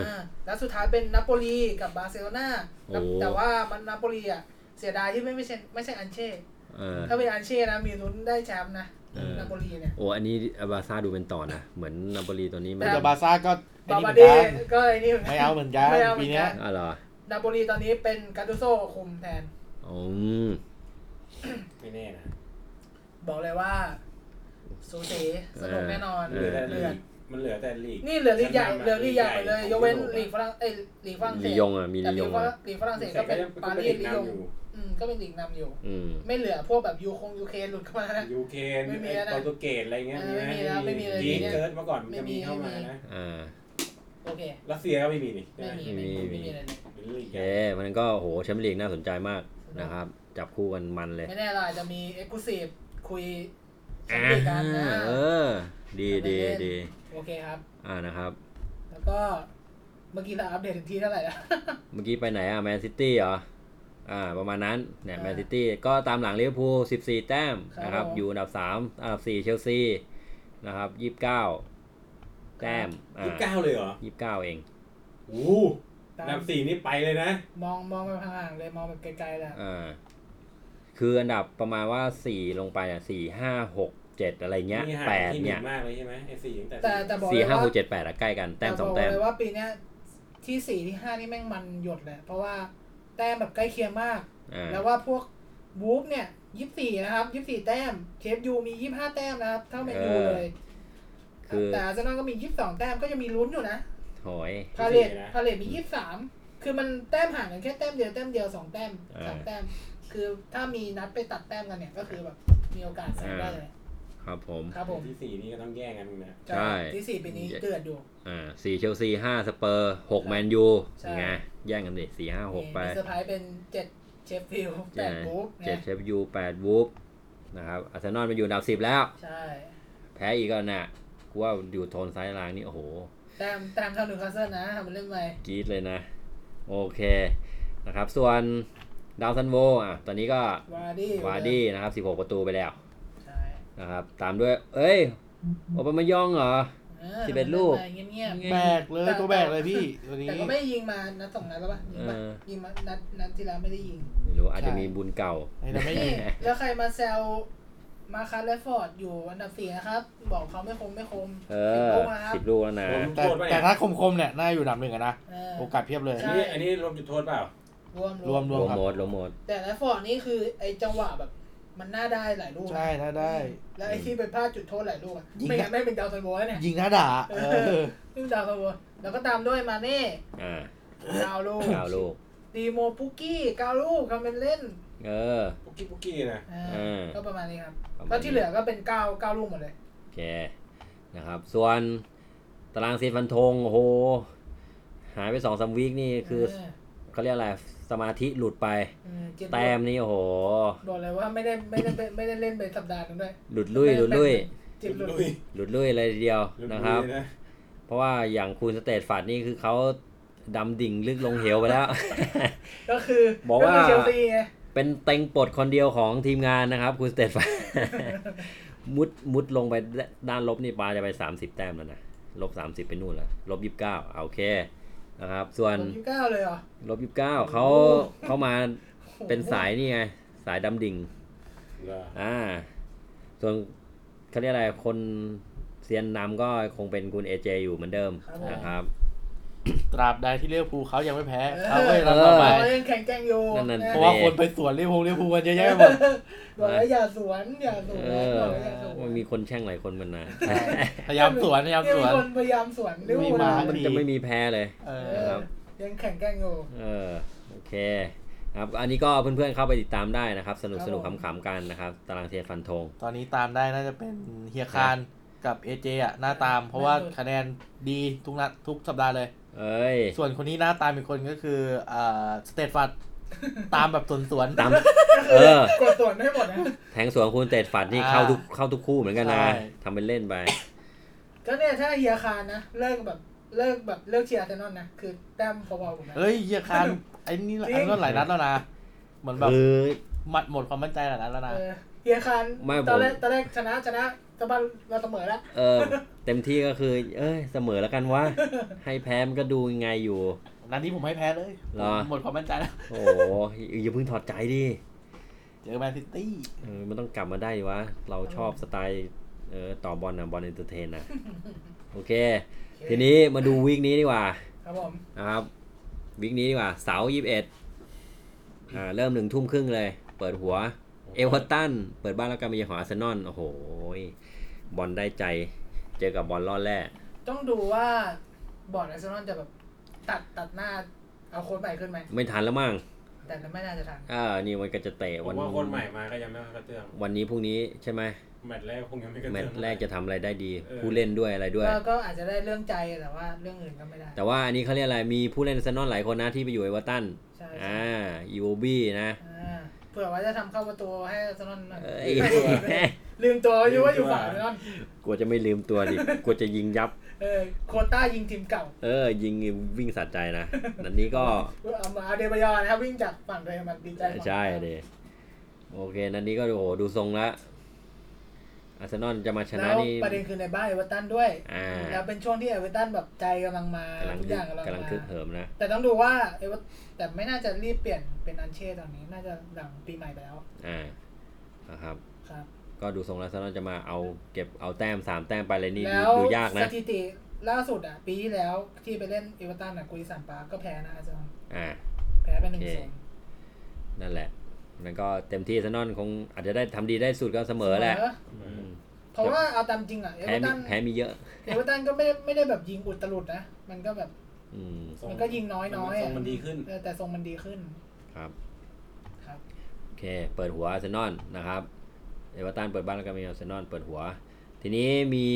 อ่าแล้วสุดท้ายเป็นนาโปลีกับบาร์เซโลนาแล้ว โอ้ แต่ว่ามันนาโปลีอ่ะเสียดายที่ไม่ไม่ใช่ไม่ใช่อันเช่ เออ ถ้าเป็นอันเช่นะมีลุ้นได้แชมป์นะ เออ นาโปลีเนี่ย โอ้อันนี้บาร์ซ่าดูเป็นต่อนะ เหมือนนาโปลีตัวนี้มัน แต่บาร์ซ่าก็ไอ้ บา นี่เห บา มือเดนกัน ก็ไอ้นี่ ไม่เอาเหมือนกัน ไม่เอาเหมื ปี อน เนี้ กั ย น อ่ะเหรอ นาโปลีตอนนี้เป็นกาตูโซ่คุมแทน อืม ไม่แน่นะ บอกเลยว่าสูสีสนุกแน่นอน มันเหลือแต่ เดื ลี อด กมันเหลือแต่ลีก นี่เหลือลีกใหญ่ ชั้นนำอะ เหลือลีกใหญ่หมดเลยยลีกใหญ่กเว้นลีกฝรั่งเอ้ยลีกฝรั่งเศ ลี ส ยงอ่ะ มี แต่ ลี ลี ย ก ง ฝรั่ อ่ะ งลีกฝรั่งเศสก็แต่เป็นปารีสลียง นำอยู่ อืมก็เป็นลีกนำอยู่ อืม ไม่เหลือพวกแบบยูคงยูเคหลุดเข้ามานะ ยูเครน ไม่มี ไอ้ แล้วนะ โปรตุเกสอะไรเงี้ย เออไม่มีแล้วไม่มีเลย กรีก เนี่ย เกิร์ดเมื่อก่อนมันจะ ไม่มี มีเข้ามานะ อ่า โอเค รัสเซียก็ไม่มีนี่ใช่ ไม่ ไหม มีไม่มีไม่มีอะไรเลย เป็นลี โอก เค ใหญ่ มันก็โหแชมเปี้ยนลีกน่าสนใจมากนะครับ จับคู่กันมันเลย ไม่แน่เราอาจจะมีเอ็กซ์คลูซีฟคุย อ่า คุยกันนะ เออ ดีดีดี โอเคครับ อ่านะครับ แล้วก็เมื่อกี้เราอัปเดตถึงที่เท่าไหร่แล้ว เมื่อกี้ไปไหนอ่ะแมนซิตี้เหรอ อ่า ประมาณนั้นเนี่ย อ่า แมนซิตี้ก็ตามหลังลิเวอร์พูล14 แต้ม ครับ นะครับ ผม อยู่อันดับ 3 อันดับ 4 เชลซีนะครับ 29 แต้มอ่ ยี่สิบเก้าเลยเหรอา 29 เอง โอ้โห ตาม นำสี่นี่ไปเลยนะ มองมองไปห่างๆเลยมองแบบไกลๆแหละ อ่าคืออันดับประมาณว่าสี่ลงไปอ่ะสี่ห้าหกเจ็ดอะไรเงี้ย นี่ห่าง แปด ที่หนึ่ เนี่ย งมากเลยใช่ไหมไอ้สี่ตั้งแต่ แต่แต่บอก สี่ เลย ห้า ว่า หกเจ็ดแปดอะใกล้กันแต้มสอง บอก แต้ม เลยว่าปีเนี้ยที่สี่ที่ห้านี่แม่งมันหยดเลยเพราะว่า แต้มแบบใกล้เคียงมาก อ่า แล้วว่าพวกวูฟเนี่ยยี่สี่นะครับยี่สี่แต้มเคฟยูมียี่ห้าแต้มนะครับ เท่าแมนยูเลย คือ แต่อาร์เซนอลก็มียี่สิบสองแต้มก็ยังมีลุ้นอยู่นะ โหอย พาเลต นะ พาเลตมียี่สิบสามคือมันแต้มห่างกันแค่แต้มเดียวแต้มเดียวสองแต้ม อ่า สามแต้ม คือถ้ามีนัดไปตัดแต้มกันเนี่ยก็คือแบบมีโอกาสแซงได้เลย ครับผม ครับผม ที่สี่นี่ก็ต้องแย่งกันนะ ใช่ ที่สี่ปีนี้เกิดอยู่ อ่าสี่เชลซีห้าสเปอร์หกแมนยู ใช่ ไงแย่งกันดิสี่ห้าหกไป มีเซอร์ไพรส์เป็นเจ็ดเชฟฟิลด์แปดบูฟ เจ็ด เนี่ย เชฟยูแปดวูฟนะครับอาร์เซนอลมันอยู่อันดับสิบแล้ว ใช่ แพ้อีกแล้วน่ะกูว่าอยู่โทนซ้ายล่างนี่ โอ้โห แต้มแต้มเท่านิวคาสเซิลนะทำเป็นเล่นไป กรี๊ดเลยนะ โอเคนะครับ ส่วนดาวซันโวอ่ะตอนนี้ก็ วาร์ดี้ วาร์ดี้นะครับ 16 ประตูไปแล้ว ใช่ นะครับ ตามด้วย เอ้ย โอปามายองเหรอ ออ สิบเอ็ดลูก เงียบ แบกเลยตัวแบกเลยพี่ตัว ๆ นี้ แต่ก็ไม่ได้ยิงมานัดสองนัดแล้วป่ะยิงป่ะ เออ ยิงมานัดนัดที่แล้วไม่ได้ยิง ไม่รู้อาจจะ ใช่ มีบุญเก่า ไอ้นั่นไม่ นี่ มี แล้วใครมาแซวมาคาร์เลฟฟอร์ดอยู่อันดับสี่นะครับ บอกเขาไม่คมไม่คม เอ สิบ อ ลูกนะครับ สิบลูกแล้วนะ รวม แต่ จุดโทษป่ะ แต่ เนี่ย ถ้าคมๆเนี่ยน่าอยู่อันดับหนึ่งอะนะ เออ โอกาสเพียบเลย ใช่ อันนี้อันนี้รวมจุดโทษเปล่า รวม รวมร ร ว ว ม ม ครับ หมดรวมหมด แต่แลฟฟอร์ดนี่คือไอจังหวะแบบ มันน่าได้หลายลูกนะ ใช่น่าได้ แล้วไอที่ไปพลาดจุดโทษหลายลูกอะ ยิง ไม่งั้นไม่เป็นดาวซันโวแล้วเนี่ย ยิงหน้าด่าเออ ไม่เป็นดาวซันโวแล้วก็ตามด้วยมาเน่ อ่า ดาวลูก เก้าลูก ดีโมปุกกี้เก้าลูกทำเป็นเล่น เออ ปุกกี้ปุกกี้นะ อ่า เออ ก็ประมาณนี้ครับ ประมาณ แล้วที่เหลือก็เป็นเก้าเก้าลูกหมดเลย โอเคนะครับ ส่วนตารางซีดฟันธงโอ้โห หายไปสองสามวีคนี่คือ เ เขาเรียกอะไรสมาธิหลุดไป อืมเจ็ด แต้มนี่โอ้โห บอกเลยว่าไม่ได้ไม่ได้ไม่ได้เล่นไปสัปดาห์หนึงด้วย หลุดลุยหลุดลุย เจ็บหลุด หลุดลุยเลยทีเดียว ลุย นะครับ ลุยนะ เพราะว่าอย่างคุณสเตตฝัดนี่คือเขาดำดิ่งลึกลงเหวไปแล้ว [laughs] ก็คือ บอกว่า คืเชลซีไง เป็นเต็งปลดคนเดียวของทีมงานนะครับ คุณสเตตฝัด [laughs] มุดมุดลงไปด้านลบนี่ปาจะไป 30 แต้มแล้วนะ ลบ 30 ไปนู่นแล้วลบ 29เอาโอเคนะครับ ส่วน ผมยี่เก้าเลยเหรอ ลบ 29เขา โอ้โห เขามาเป็นสายนี่ไง สายดำดิ่ง เหรอ อ่า ส่วนเขาเรียกอะไร คนเซียนนำก็คงเป็นคุณเอเจอยู่เหมือนเดิม ครับผม นะครับ ตราบใดที่เลี้ยวภูลเขายังไม่แพ้ เออ เขาไปรันต่อไป เราเล่นแข่งแกล้งโย นั่นๆ เพ ออ ราะว่าคนไปสวนเลี้ยวภูลเลี้ยวภูลกันเยอะแยะไปหมด บอกแล้วอย่าสวนอย่าสวน เออ บอกแล้วอย่าสวน มันมีคนแช่งหลายคนมันนะ พยายามสวนพยายามสวน มีคนพยายามสวนลิเวอร์พูล มีมา [laughs] มันจะไม่มีแพ้เลย เอ เอ อ อ ครับ ยังแข่งแกล้งโย เออโอเคครับ อันนี้ก็เพื่อนๆเข้าไปติดตามได้นะครับ สนุก ครับ สนุก ผม ขำๆกันนะครับ ตารางเทียร์ฟันธง ตอนนี้ตามได้น่าจะเป็นเฮียคานกับเอเจอ่ะน่าตาม เพราะว่าคะแนนดีทุกนัดทุกสัปดาห์เลย เอ้ย ส่วนคนที่น่าตามอีกคนก็คือเอ่อสเตต [laughs] ฟัดตามแบบสวนสวนๆ ตาม เออ กดสวนให้หมดนะ แทงสวนคุณเตดฝัดนี่เข้าทุกเข้าทุกคู่เหมือนกันนะ ใช่ ทำเป็นเล่นไป ก็เนี่ยถ้าเฮียคานนะเลิกแบบเลิกแบบเลิกเชียร์อาร์เซนอลนะคือแต้มพอๆผมนะ เฮ้ยเฮียคานไอ้นี่ จริง ไอ้นั่นหลายนัดแล้วนะ เหมือนแบบ คือ หมัดหมดความมั่นใจหลายนัดแล้วนะ เออเฮียคาน ไม่ผม ตอนแรกตอนแรกชนะชนะตะบันมาเสมอแล้ว เออ เต็มที่ก็คือ เอ้ย เสมอแล้วกันวะ ให้แพ้มันก็ดูยังไงอยู่ นัดนี้ผมให้แพ้เลย เหรอ หมดความมั่นใจแล้ว โอ้โหอย่าเพิ่งถอดใจดิ เจอแมนซิตี้ เออมันต้องกลับมาได้ดิวะ เราชอบสไตล์เออต่อบอลนะบอลเอนเตอร์เทนนะโอเค ทีนี้มาดูวีคนี้ดีกว่า ครับผม นะครับวิกนี้ดีกว่าเสาร์ยี่สิบเอ็ดอ่าเริ่มหนึ่งทุ่มครึ่งเลย เปิดหัว เอเวอร์ตัน เปิดบ้านแล้วการมาเยือนของอาร์เซนอลโอ้โหยบอลได้ใจเจอกับบอลล่อแร่ ต้องดูว่าบอร์ดอาร์เซนอลจะแบบตัดตัดหน้าเอาโค้ชใหม่ขึ้นไหม ไม่ทันแล้วมั้ง แต่ไม่น่าจะทัน อ่านี่มันก็จะเตะ ผ วัน มว่าคนใหม่มาก็ยังไม่ค่อยกระเตื้อง วันนี้พรุ่งนี้ใช่ไหม แมตช์แรกคงยังไม่กระ แม เตื้ ต อง ช์แรกจะทำอะไรได้ดี เออ ผู้เล่นด้วยอะไรด้วย ก็ก็อาจจะได้เรื่องใจแต่ว่าเรื่องอื่นก็ไม่ได้ แต่ว่าอันนี้เขาเรียกอะไรมีผู้เล่นอาร์เซนอลหลายคนนะที่ไปอยู่เอเวอร์ตัน ใช่ อ่า ใช่ ยูโอบี้นะ อ่าเผื่อว่าจะทำเข้าประตูให้อาร์เซนอลหน่อย เอ้ย ลืมตัวอยู่ว่าอยู่ฝั่งอาร์เซนอล [laughs] กลัวจะไม่ลืมตัวดิกลัวจะยิงยับ เออโควต้ายิงทีมเก่า เออ ยิงวิ่งสะใจนะนันนี้ก็ เอามาอาเดบายอนะครับวิ่งจากฝั่งเรอัลมาดริดไปฝั่ง ใช่เดโอเค นันนี้ก็โอ้โหดูทรงละอาร์เซนอลจะมาชนะ แล้ว นี่ ประเด็นคือในบ้านเอเวอร์ตันด้วย อ่า แล้วเป็นช่วงที่เอเวอร์ตันแบบใจกำลังมาก ำลัง ทุก คึ อก ย่างกำลัง กำลัง มา คึกเหิมนะ แต่ต้องดูว่าเอเวอร์แต่ไม่น่าจะรีบเปลี่ยนเป็นอันเช่ตอนนี้น่าจะหลังปีใหม่ไปแล้ว อ่านะครับ ครับ ก็ดูทรงแล้วอาร์เซนอลจะมาเอาเก็บเอาแต้มสามแต้มไปเลยนี่ดู แล้ว ดูยาก ส นะ ถิติล่าสุดอ่ะ ปีที่แล้วที่ไปเล่นเอเวอร์ตันอ่ะกุยสันปาร์คก็แพ้นะอาจารย์ อ่า แพ้ไปหนึ่ง โอเค ศูนย์ นั่นแหละนั้นก็เต็มที่อาร์เซนอลคงอาจจะได้ทำดีได้สุดก็เสมอแหละ อื อื ม ม เพราะว่าเอาตามจริงอ่ะเอ แพ้ เวมีอร์ตัน แพ้มีเยอะ เอเวอร์ตันก็ไม่ได้ไม่ได้แบบยิงอุดตลุดนะ มันก็แบบ อืม ทรง มันก็ยิงน้อยน้อย ทรงมันดีขึ้น แต่ทรงมันดีขึ้น ครับ ครับ โอเค เปิดหัวอาร์เซนอลนะครับ เอเวอร์ตันเปิดบ้านแล้วก็มีอาร์เซนอลเปิดหัว ทีนี้มี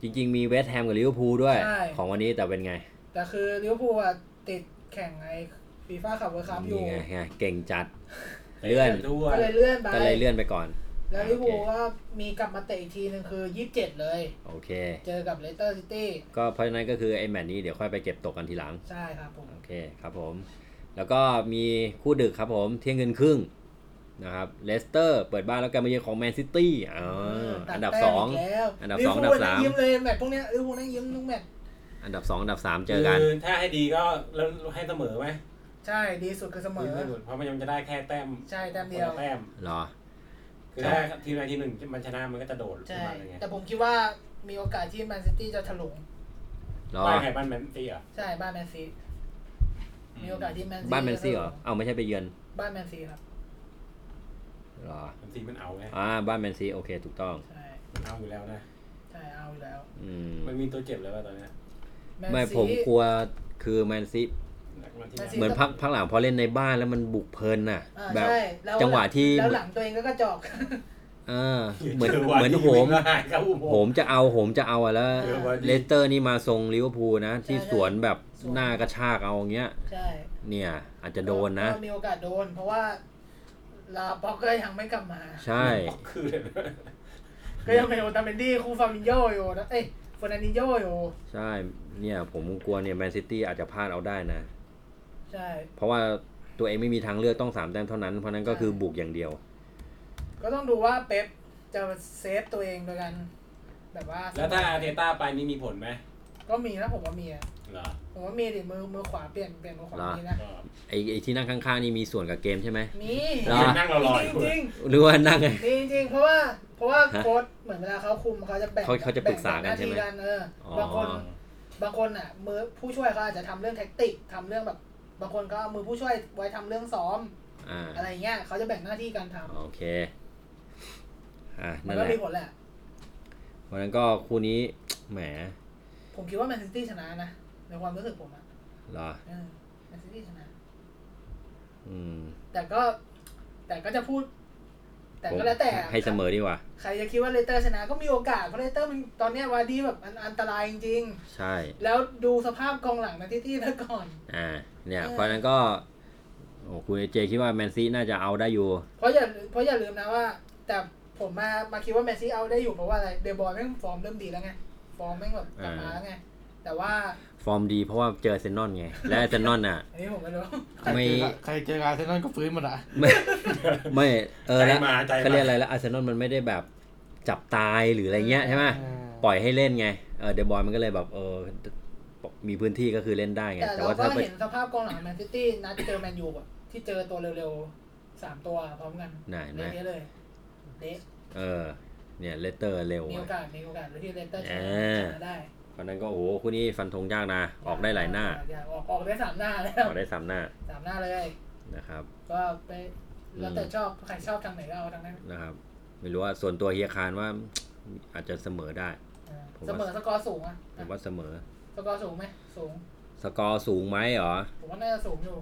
จริง ๆ มีเวสต์แฮมกับลิเวอร์พูลด้วย ใช่ ของวันนี้แต่เป็นไง แต่คือลิเวอร์พูลอ่ะติดแข่งไอ้ฟีฟ่าขับเวิร์คัพอยู่ นี่ไงไงเก่งจัด เลื่อน ด้ว ก็ ย เลยเลื่อนไป ก็เลยเลื่อนไปก่อน แล้วลิเวอร์พูล โอเค ก็มีกลับมาเตะอีกทีหนึงคือยี่สิบเจ็ดเลย โอเค เจอกับเลสเตอร์ซิตี้ ก็เพราะฉะนั้นก็คือไอ้แมตช์นี้เดี๋ยวค่อยไปเก็บตกกันทีหลัง ใช่ครับผม โอเคครับผม แล้วก็มีคู่ดึกครับผมเที่ยงเงินครึ่งนะครับ เลสเตอร์เปิดบ้านแล้วก็มาเยือนของแมนซิตี้อ๋อ ตั อันดับ แต้ม สอง กแล้ว อันดับ ลิ สองอันดับ เวร์พูล สาม นั่ยิ้มเลยแมตช์พวกเนี้ยลิเวอร์พูลนั่งยิ้มทุกแมตช์ อันดับสองอันดับสามเจอกัน คือถ้าให้ดีก็แล้วให้เสมอไหม ใช่ดีสุดคือเสมอ เพราะมันยังจะได้แค่แต้ม ใช่แต้มเดียว คนละแต้ม เหรอ คือถ้าทีมใดทีมหนึ่งมันชนะมันก็จะโดดขึ้น ใช่ มาเลยไง แต่ผมคิดว่ามีโอกาสที่แมนซิตี้จะถลุง เหรอ บ้านใครบ้านแมนซีเหรอ่ะ ใช่บ้านแมนซีมีโอกาสที่แมนซี บ้านแมนซีเหรอ จะถลุง เอ้าไม่ใช่ไปเยือน บ้านแมนซีครับ เหรอ แมนซีมันเอาไง อ่า บ้านแมนซีโอเค ถูกต้อง ใช่ มันเอาอยู่แล้วนะ ใช่เอาอยู่แล้ว อืม มันมีตัวเจ็บแล้วป่ะตอนเนี้ย แมน ไม่ ซี ผมกลัวคือแมนซี หลังๆที่ แมนซี เหมือนพักพักหลังพอเล่นในบ้านแล้วมันบุกเพลินน่ะ อ่า แบบ ใช่แล้ จังหวะที่ แล้วหลังตัวเองก็กระจอก [laughs] เออเหมื [laughs] อนเหมือนโหม เจอวันที่วิ่งหายเข้าอุโม โห ง ม ค์ จะเอาโหมจะเอาอะแล้ว เจอวัน เลสที่เตอร์นี่มาทรงลิเวอร์พูลนะ ที่สวนแบบหน้ากระชากเอาอย่างเงี้ย ใช่ เนี่ย อาจจะโดนนะ ก็มีโอกาสโดน เพราะว่าลาบ็อกก็ยังไม่กลับมา ใช่ คือ ก็ยังเป็นโอตาเมนดี้คู่ฟามินโยอยู่นะเอ้ยเฟอร์นันดินโยอยู่ ใช่ เนี่ย ผมกลัวเนี่ยแมนซิตี้อาจจะพลาดเอาได้นะ ใช่ เพราะว่าตัวเองไม่มีทางเลือกต้องสามแต้มเท่านั้น เพราะนั้นก็คือบุกอย่างเดียว ก็ต้องดูว่าเป๊ปจะเซฟตัวเองโดยการแบบว่า แล้วถ้าอาร์เทต้าไปนี่มีผลไหม ก็มีนะผมว่ามีอะ เหรอ ผมว่ามีดิมือมือขวาเปลี่ยนเปลี่ยนมือขวา เหรอ มีนะ ก็ ไอ้ไอ้ที่นั่งข้างๆนี่มีส่วนกับเกมใช่ไหม มี เหรอ นั่งรอๆอ จริ ยู่ งจริง หรือว่านั่งไง ๆมีจริงๆเพราะว่าเพราะว่า ฮะ โค้ชเหมือนเวลาเขาคุมเขาจะแบ่ง เขาเขาจะปรึกษากันใช่ไหม แบ่งน้าที่กันเอออ อ บางคนบางคนอ่ะ มือผู้ช่วยเขาอาจจะทำเรื่องแท็กติกทำเรื่องแบบ บางคนก็เอามือผู้ช่วยไว้ทำเรื่องซ้อม อ่า อะไรเงี้ยเขาจะแบ่งหน้าที่การทำ โอเค อ่า มั นั่ น นแหละก็มีผลแหละ วันนั้นก็คู่นี้ แหม ผมคิดว่าแมนซิตี้ชนะนะในความรู้สึกผมอะ เหรอ แมนซิตี้ชนะ อืม แต่ก็แต่ก็จะพูด แต่ก็แล้วแต่ ผมให้เสมอดีกว่า ใครจะคิดว่าเลสเตอร์ชนะก็มีโอกาสเพราะเลสเตอร์มันตอนเนี้ยวาร์ดีแบบอันอันตรายจริง ใช่ ๆ แล้วดูสภาพกองหลังแมนซิตี้แล้วก่อน อ่า เนี่ย เออ เพราะฉะนั้นก็ โอ้คุณเจคิดว่าแมนซีน่าจะเอาได้อยู่ เพราะอย่าเพราะอย่าลืมนะว่า แต่ผมมามาคิดว่าแมนซีเอาได้อยู่เพราะว่าอะไรเดบอยแม่งฟอร์มเริ่มดีแล้วไงฟอร์มแม่งแบบกลับมาแล้วไงแต่ว่า ฟอร์มดีเพราะว่าเจออาร์เซนน [laughs] อนไง และอาร์เซนนอนน่ะ อันนี้ผมไม่รู้ ใคร ไม่ เจอกับใครเจอการเซนนอนก็ฟื้นหมดอ่ะ ไม่ ไม่ เออ ใจ แล้ว มาใจ เขา มา เรียกอะไรแล้วอาร์เซนอลมันไม่ได้แบบจับตายหรืออะไรเงี้ยใช่ไหม อืม ปล่อยให้เล่นไง เออเดบอยมันก็เลยแบบ เออ มีพื้นที่ก็คือเล่นได้ไง แต่ แต่ เรา ว่า ก็ ถ้าไป เห็นสภาพกองหลังแมนซิตี้นัดเจอแมนยูอะที่เจอตัวเร็วๆสามตัวพร้อมกัน ไหนเห็นไหม เละเทะเลยเละ เออ เนี่ยเลเตอร์เร็ว มีโอ อะ กาสมีโอกาสที่เลสเตอร์ช เอ นะ อ ชนะได้ เพราะนั้นก็โอ้โหคู่นี้ฟันธงยากนะ ออกได้หลายหน้า อยกออกออกได้สามหน้าแล้ว ออกได้สามหน้า [laughs] สามหน้าเลย นะครับ ก็ไปแล้วแต่ชอบใครชอบทางไหนก็เอาทางนั้น นะครับ ไม่รู้ว่าส่วนตัวเฮียคารว่า อาจจะเสมอได้ เออ ผมว่า เสมอสกอร์สูงอะ ผมว่าเสมอ สกอร์สูงไหมสูง สกอร์สูงไหมเหรอ ผมว่าน่าจะสูงอยู่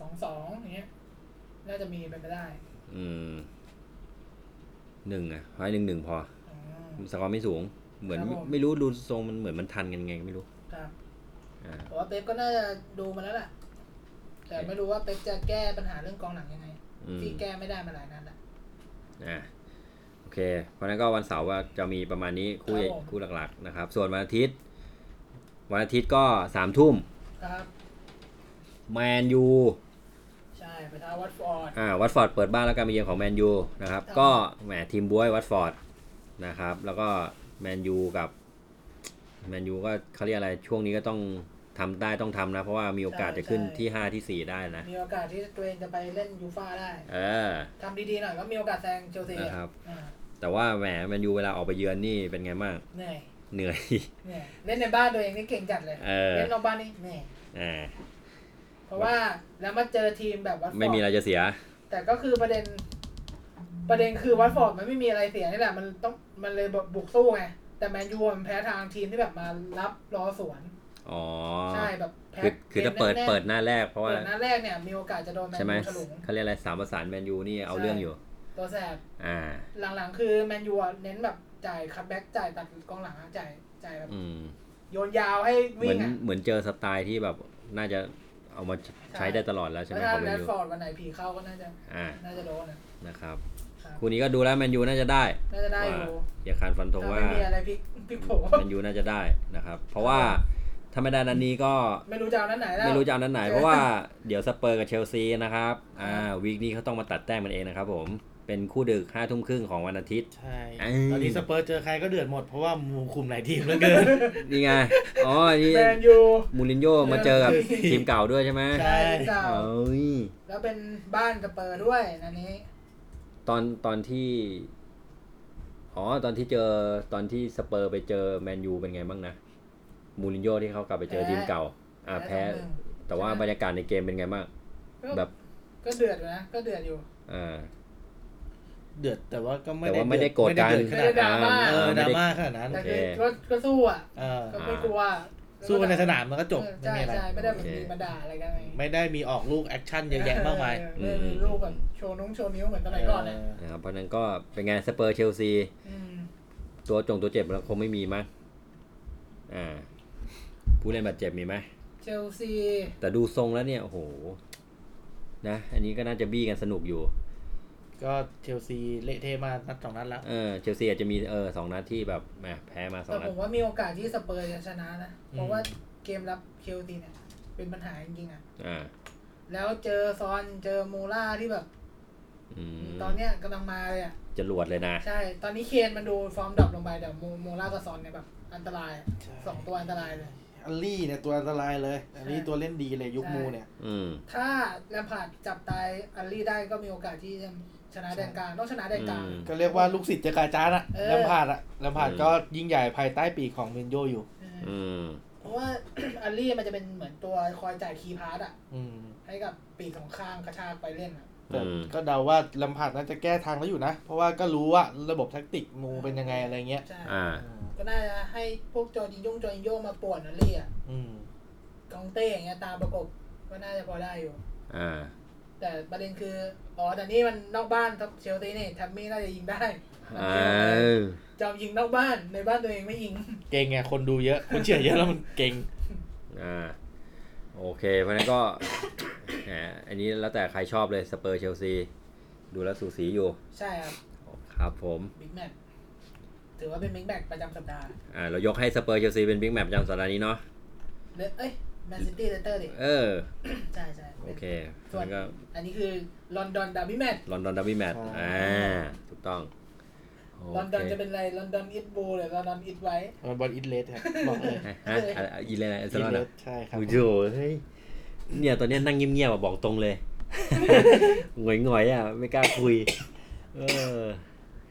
สองสองอย่างเงี้ยน่าจะมีเป็นไปได้ อืมหนึ่งอ่ะร้อยหนึ่งหนึ่งพอ อืม สกอร์ไม่สูง เหมือน ครับผม ไม่รู้ดูทรงมันเหมือนมันทันกันไงไม่รู้ ครับ อ่า ผมว่าเป๊ปก็น่าจะดูมาแล้วแหละแต่ไม่รู้ว่าเป๊ปจะแก้ปัญหาเรื่องกองหลังยังไง อืม ที่แก้ไม่ได้มาหลายนัดแล้ว อ่าโอเค เพราะนั้นก็วันเสาร์ว่าจะมีประมาณนี้คู่ ครับผม คู่หลักๆนะครับ ส่วนวันอาทิตย์ วันอาทิตย์ก็สามทุ่ม ครับ แมนยู ใช่ไปท้าวัตฟอร์ด อ่าวัตฟอร์ดเปิดบ้านแล้วการมาเยือนของแมนยูนะครับ ครับ ก็แหมทีมบ๊วยวัตฟอร์ดนะครับ แล้วก็แมนยูกับแมนยูก็เขาเรียกอะไรช่วงนี้ก็ต้องทำได้ต้องทำนะ เพราะว่ามีโอกาสจะขึ้นที่ 5 ที่ 4 ได้นะ มีโอกาสที่ตัวเองจะไปเล่นยูฟ่าได้ เออ ทำดีๆหน่อยก็มีโอกาสแซงเชลซีอ่ะ นะครับ อ่า แต่ว่าแหมแมนยูเวลาออกไปเยือนนี่เป็นไงบ้าง เหนื่อย เหนื่อย เหนื่อยเล่นในบ้านตัวเองนี่เก่งจัดเลย เออ นนอกบ้านนี่เหนื่อย อ่า พ ราะว่าแล้วมาเจอทีมแบบวัตฟอ ไม่มีอะไร ร์ด จะเสีย แต่ก็คือประเด็น ประเด็นคือวัตฟอร์ดมันไม่มีอะไรเสียนี่แหละ มันต้องมันเลยแบบบุกสู้ไงแต่แมนยูมันแพ้ทางทีมที่แบบมารับรอสวน อ๋อ ใช่แบบแพ้ คือคือถ้าเปิด แน่นๆ เปิดหน้าแรกเพราะว่า เปิดนัดแรกเนี่ยมีโอกาสจะโดนแมน ใช่ไหม ยูถลุง เขาเรียกอะไรสามประสานแมนยูนี่เอา ใช่ เรื่องอยู่ ตัวแสบ อ่า หลังๆ คือแมนยูอะเน้นแบบจ่ายคัตแบ็กจ่ายตัดกองหลังอะจ่ายจ่ายแบบ อืม โยนยาวให้ เหมื วิ่ อน งอ่ะ เหมือนเจอสไตล์ที่แบบน่าจะเอามาใช้ได้ตลอดแล้วใช่ไห แล้ มขวอถ้างแม แร น ด ยู ฟอร์ดวันไหนผีเข้าก็น่าจะ อ่า น่าจะโดนนะ นะครับ ครับ คู่นี้ก็ดูแล้วแมนยูน่าจะได้ น่าจะได้อ ว่า ยู่ อย่าคานฟันธง ถ้า ว่า ไม่มีอะไรพลิกพลิกโผล่ แมนยูน่าจะได้นะครับ เพราะว่าถ้าไม่ได้นันนี้ก็ ไม่รู้จะเอานั้นไหนแล้ว ไม่รู้จะเอานั้นไหน ใช่ เพราะว่าเดี๋ยวสเปอร์กับเชลซีนะครับอ่าวีคนี้เขาต้องมาตัดแต้มกันเองนะครับผมเป็นคู่ดึกห้าทุ่มครึ่งของวันอาทิตย์ ใช่ เอ้ย ตอนนี้สเปอร์เจอใครก็เดือดหมดเพราะว่าหมูคุมหลายทีมเหลือเกิน นี่ไงอ๋อนี่ แมนยู มูรินโญ่มาเจอกับทีมเก่าด้วยใช่ไหม ใช่ ใช่เจ้า เอ้ย แล้วเป็นบ้านสเปอร์ด้วยนันนี้ ตอนตอนที่ อ๋อ ตอนที่เจอตอนที่สเปอร์ไปเจอแมนยูเป็นไงบ้างนะ มูรินโญ่ที่เขากลับไปเจอทีมเก่า อ่าแพ้ สองหนึ่ง แต่ว่า ใช่ไหม บรรยากาศในเกมเป็นไงบ้าง ก็ แบบ ก็เดือดอยู่นะก็เดือดอยู่ อ่า เดือดแต่ว่าก็ไม่ แต่ ได้ ว่าไม่ได้โกรธกัน ไม่ได้เดือดขนาดดรานั้นม่า เออด ไม่ รา ได้ ม่าขนาดนั้น แต่ โอเค คือก็ก็สู้อ่ะ เออ ก็ไม่กลัว สู้กันในสนามมันก็จบ เออ ไม่ ใช่ มีอะไร ใช่ไม่ได้แบบ โอเค มีมาด่าอะไรกันอะไรอย่างเงี้ย ไม่ได้มีออกลูกแอคชั่นเยอะแยะมากมาย เออเออลูกแบบโชว์นุ้งโชว์นิ้วเหมือนสมัยก่อน เอ นะ อ นะครับ เพราะฉะนั้นก็เป็นไงสเปอร์เชลซี ม ตัวจงตัวเจ็บแล้วคงไม่มีมั้งอ่า ผู้เล่นบาดเจ็บมีไหม เชลซี แต่ดูทรงแล้วเนี่ย โอ้โห นะ อันนี้ก็น่าจะบี้กันสนุกอยู่ ก็เชลซีเละเทะมานัดสองนัดแล้ว เออ เชลซีอาจจะมีเออสองนัดที่แบบแหมแพ้มาสอ แต่ งนั ผ ด มว่ามีโอกาสที่สเปอร์จะชนะนะ เพ อื ราะ ม ว่าเกมรับเชลซีเนี่ย เป็นปัญหาจริงๆอ่ะ อ่า แล้วเจอซอนเจอมูล่าที่แบบ อืม ตอนเนี้ยกำลังมาเลยอ่ะ จรวดเลยนะ ใช่ ตอนนี้เคนมันดูฟอร์มดรอปลงไปแต่มูมูล่ากับซอนเนี่ยแบบ อันตรายอะ ใช่ สองตัวอันตรายเลย อัลลี่เนี่ยตัวอันตรายเลย อัลลี่ตัวเล่นดีเลยยุค ใช่ มูเนี่ย อืม ถ้าแลมพาร์ดจับตายอัลลี่ได้ก็มีโอกาสที่จะชนะแดนกลางต้องชนะแดนกลาง อืม ก็เรียกว่าลูกศิษย์เจะกาจานอะ เออ แลมพาร์ดอะแลมพาร์ดก็ยิ่งใหญ่ภายใต้ปีกของมินโยอยู่ เออ อืม เพราะว่า [clears throat] อัลลี่มันจะเป็นเหมือนตัวคอยจ่ายคีย์พาร์ตอ่ะ อืม ให้กับปีกของข้างกระชากไปเล่นอะ แต่ อืม ก็เดาว่าแลมพาร์ดน่าจะแก้ทางแล้วอยู่นะ เพราะว่าก็รู้ว่าระบบแท็กติกมูเป็นยังไงอะไรเงี้ย ใช่ อ่า ก็น่าจะให้พวกจอร์จินยงจอร์จินโยงมาป่วนนั่นเลยอ่ะ อืม กองเต้อย่างเงี้ยตามประกบก็น่าจะพอได้อยู่ อ่า แต่ประเด็นคือ อ๋อ แต่นี่มันนอกบ้านทับเชลซีนี่แทัมมี่น่าจะยิงได้ อ่า จอมยิงนอกบ้านในบ้านตัวเองไม่ยิง เก่งไงคนดูเยอะ คนเชียร์เยอะแล้วมันเก่ง อ่า โอเค เพราะฉะนั้นก็ แหมอันนี้แล้วแต่ใครชอบเลย สเปอร์เชลซี ดูแล้วสูสีอยู่ ใช่ครับ ครับผม บิ๊กแมตถือว่าเป็นบิ๊กแมตประจำสัปดาห์ อ่า เรายกให้สเปอร์เชลซีเป็นบิ๊กแมตประจำสัปดาห์นี้เนาะ เลเอ้ยแมนซิตี้เลสเตอร์ดิ เออ ใช่ใช่ โอ เป็น เคเพราะฉะนั้นก็ อันนี้คือลอนดอนดาร์บี้แมต ลอนดอนดับบี้แมต ใช่ อ่า ถูกต้อง ลอนดอนจะเป็นอะไรลอนดอนอิทบูหรือลอนดอนอิทไว บอลอินเลสครับบอกเลย ฮะฮะอะไรอีเลนอะไรเอเซ อิ อน ร์ เลสนะใช่ครับ โอ้โหเฮ้ย เนี่ยตอนเนี้ยนั่งเงียบๆอะบอกตรง [laughs] เลย หงอยๆอ่ะ ไม่กล้าคุย เออ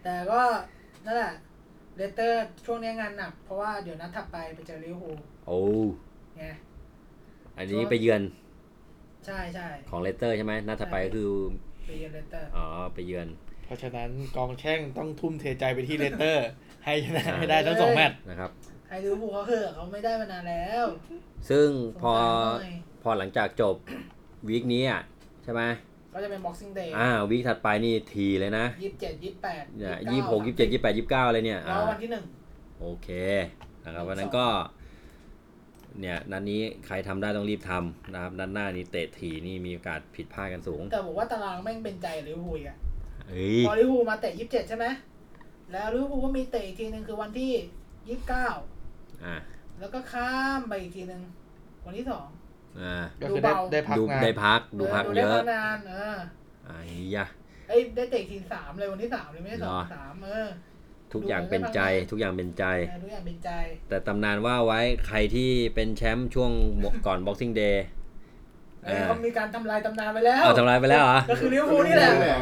แต่ก็นั่นแหละเลสเตอร์ช่วงนี้งานหนัก เพราะว่าเดี๋ยวนัดถัดไปไปเจอลิเวอร์พูล โอ้ ไง อันนี้ไปเยือน ใช่ใช่ ของเลสเตอร์ใช่ไหมนัดถัดไปก็คือ ไปเยือนเลสเตอร์ อ๋อ ไปเยือน เพราะฉะนั้นกองแช่งต้องทุ่มเทใจไปที่เลสเตอร์ ให้ชนะให้ได้ทั้งสองแมตช์ นะครับ ไอ้ลิเวอร์พูลเขาเห่อะเขาไม่ได้มานานแล้ว ซึ่ง สง พอ สารเขาหน่ย พอหลังจากจบ วีคนี้อ่ะ ใช่ไหม ก็จะเป็น boxing day อ่า วีคถัดไปนี่ทีเลยนะ ยี่สิบเจ็ดยี่สิบแปด เนี่ยยี่หกยี่เจ็ดยี่แปดยี่เก้าเลยเนี่ย แล้ อ่าว วันที่หนึ่ง โอเค นะครับวันนั้ ยี่สิ น บสอง ก็ เนี่ย นัดนี้ใครทำได้ต้องรีบทำนะครับนัดหน้านี้เตะถีนี่มีโอกาสผิดพลาดกันสูง แต่บอกว่าตารางแม่งเป็นใจลิเวอร์พูลอีกอะ เอ้ย พอลิเวอร์พูลมาเตะยี่สิบเจ็ดใช่ไหมแล้วลิเวอร์พูลก็มีเตะอีกทีหนึ่งคือวันที่ยี่สิบเก้า อ่า แล้วก็ข้ามไปอีกทีหนึ่งวันที่สอง อ่า ก็คือได้ ดูเบา ได้พัก ดู งาน ได้พัก ดูพักเย ได้ อะ พักนานเออ อ่ายยะ เอ้ยได้เตะทีสามเลยวันที่สามเลยไม่ได้สอง เหรอ สามเออ ทุกอย่างเป็นใจ ทุกอย่างเป็นใจ แต่ทุกอย่างเป็นใจ แต่ตำนานว่าไว้ใครที่เป็นแชมป์ช่วงก่อน Boxing Day เออเขามีการทำลายตำนานไปแล้ว เอาทำลายไปแล้วเหรอ ก็คือลิเวอร์พูลนี่แหละ แหละ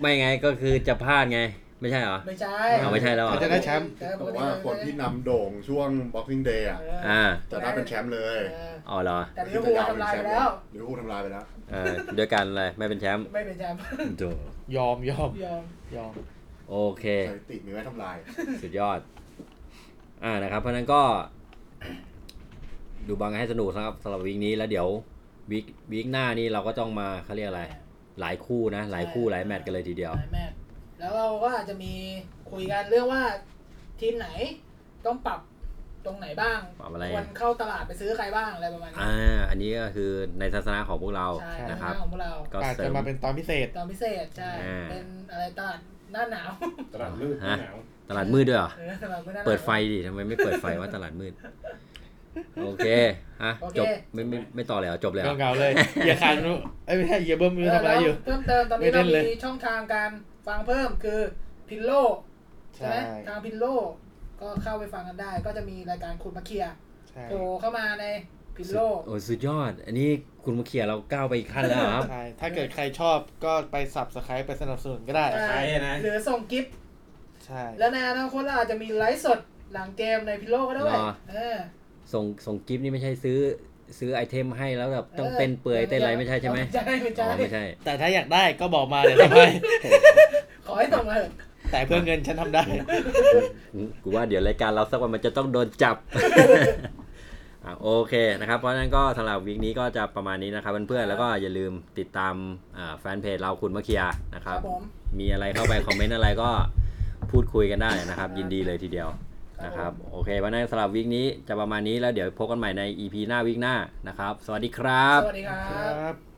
ไม่ไงก็คือจะพลาดไง ไม่ใช่เหรอ ไม่ใช่ เอาไม่ใช่แล้วเหรอ จะได้แชมป์ บอกว่าคนที่นำโด่งช่วง Boxing Day อ่ะ เออ อ่า จะได้เป็นแชมป์เลย เออ อ๋อเหรอ แต่ลิเวอร์พูลทำลายไปแล้ว ลิเวอร์พูลทำลายไปแล้ว เออด้วยกันเลยไม่เป็นแชมป์ ไม่เป็นแชมป์ โด ยอมยอม ยอม ยอม โอเค สถิติมีไว้ทำลาย สุดยอด อ่านะครับ เพราะฉะนั้นก็ [coughs] ดูบอลกันให้สนุกนะครับสำหรับวีคนี้แล้วเดี๋ยววีควีคหน้านี่เราก็ต้องมาเขาเรียกอะไร หลายคู่นะ หลายคู่หลายแมตช์กันเลยทีเดียว หลายแมตช์แล้วเราก็อาจจะมีคุยกันเรื่องว่าทีมไหนต้องปรับตรงไหนบ้าง ปรับอะไร ควรเข้าตลาดไปซื้อใครบ้างอะไรประมาณนี้ อ่า อันนี้ก็คือในศาสนาของพวกเรา ใช่ นะค ทา รับ งของพวกเรา ก็ อาจ เสริมจะมาเป็นตอนพิเศษ ตอนพิเศษใช่ อ่า เป็นอะไรตลาดหน้าหนาว ตลาดมืดหน้าหนาว ตลาดมืดด้วยเหรอ เออตลาดหน้าหนาว เปิดไฟดิทำไมไม่เปิดไฟว่าตลาด [laughs] มืด โอเคฮะ โอเค จบไม่ไม่ไม่ต่อเลยเหรอจบเลยเหรอ เงาๆเลยเหยียคานนู้นเอ้ยไม่ใช่เหยียเบิ้ม เอ มื อ อทำอะไรอยู่ แล้วเพิ่มเติมตอนนี้ ไม่เล่ เรา นเลย มีช่องทางการฟังเพิ่มคือพินโลใช่ไหม ใช่ ทางพินโลก็เข้าไปฟังกันได้ ก็จะมีรายการคุณมาเคลียร์ ใช่ โผล่เข้ามาในพินโล โอ้ยสุดยอด อันนี้คุณมาเขียเราก้าวไปอีกขั้นแล้วเหรอครับ ใช่ ถ้าเกิดใครชอบก็ไปสับสไครไปสนับสนุนก็ได้ ใช่ ใช่นะ หรือส่งกิฟต์ ใช่ แล้วในอนาคตเราอาจจะมีไลฟ์สดหลังเกมในพิโลก็ด้วย หรอ เออ ส่งส่งกิฟต์นี่ไม่ใช่ซื้อซื้อไอเทมให้แล้วแบบต้องเต้นเปื่อยเต้นอะไรไม่ใช่ใช่ไหม ใช่ไม่ อ๋ ใช่ อไม่ใช่ แต่ถ้าอยากได้ก็บอกมาเดี๋ยว [laughs] ทำให้ ขอให้ส่งมาเถอะ แต่เพื่อเงินฉันทำได้ กูว่าเดี๋ยวรายการเราสักวันมันจะต้องโดนจับ อ่ะโอเคนะครับ เพราะฉะนั้นก็สำหรับวีคนี้ก็จะประมาณนี้นะครับเพื่อนๆ แล้วก็อย่าลืมติดตามอ่าแฟนเพจเราคุณมะเคียนะค ค รั รับ บผม มีอะไรเข้าไป คอมเมนต์อะไรก็พูดคุยกันได้นะครับ ยินดีเลยทีเดียวนะครับ โอเควันนั้นสำหรับวีคนี้จะประมาณนี้แล้วเดี๋ยวพบกันใหม่ใน EP หน้าวีคหน้านะครับ สวัสดีครั ส บ วัสดีครั คบรับ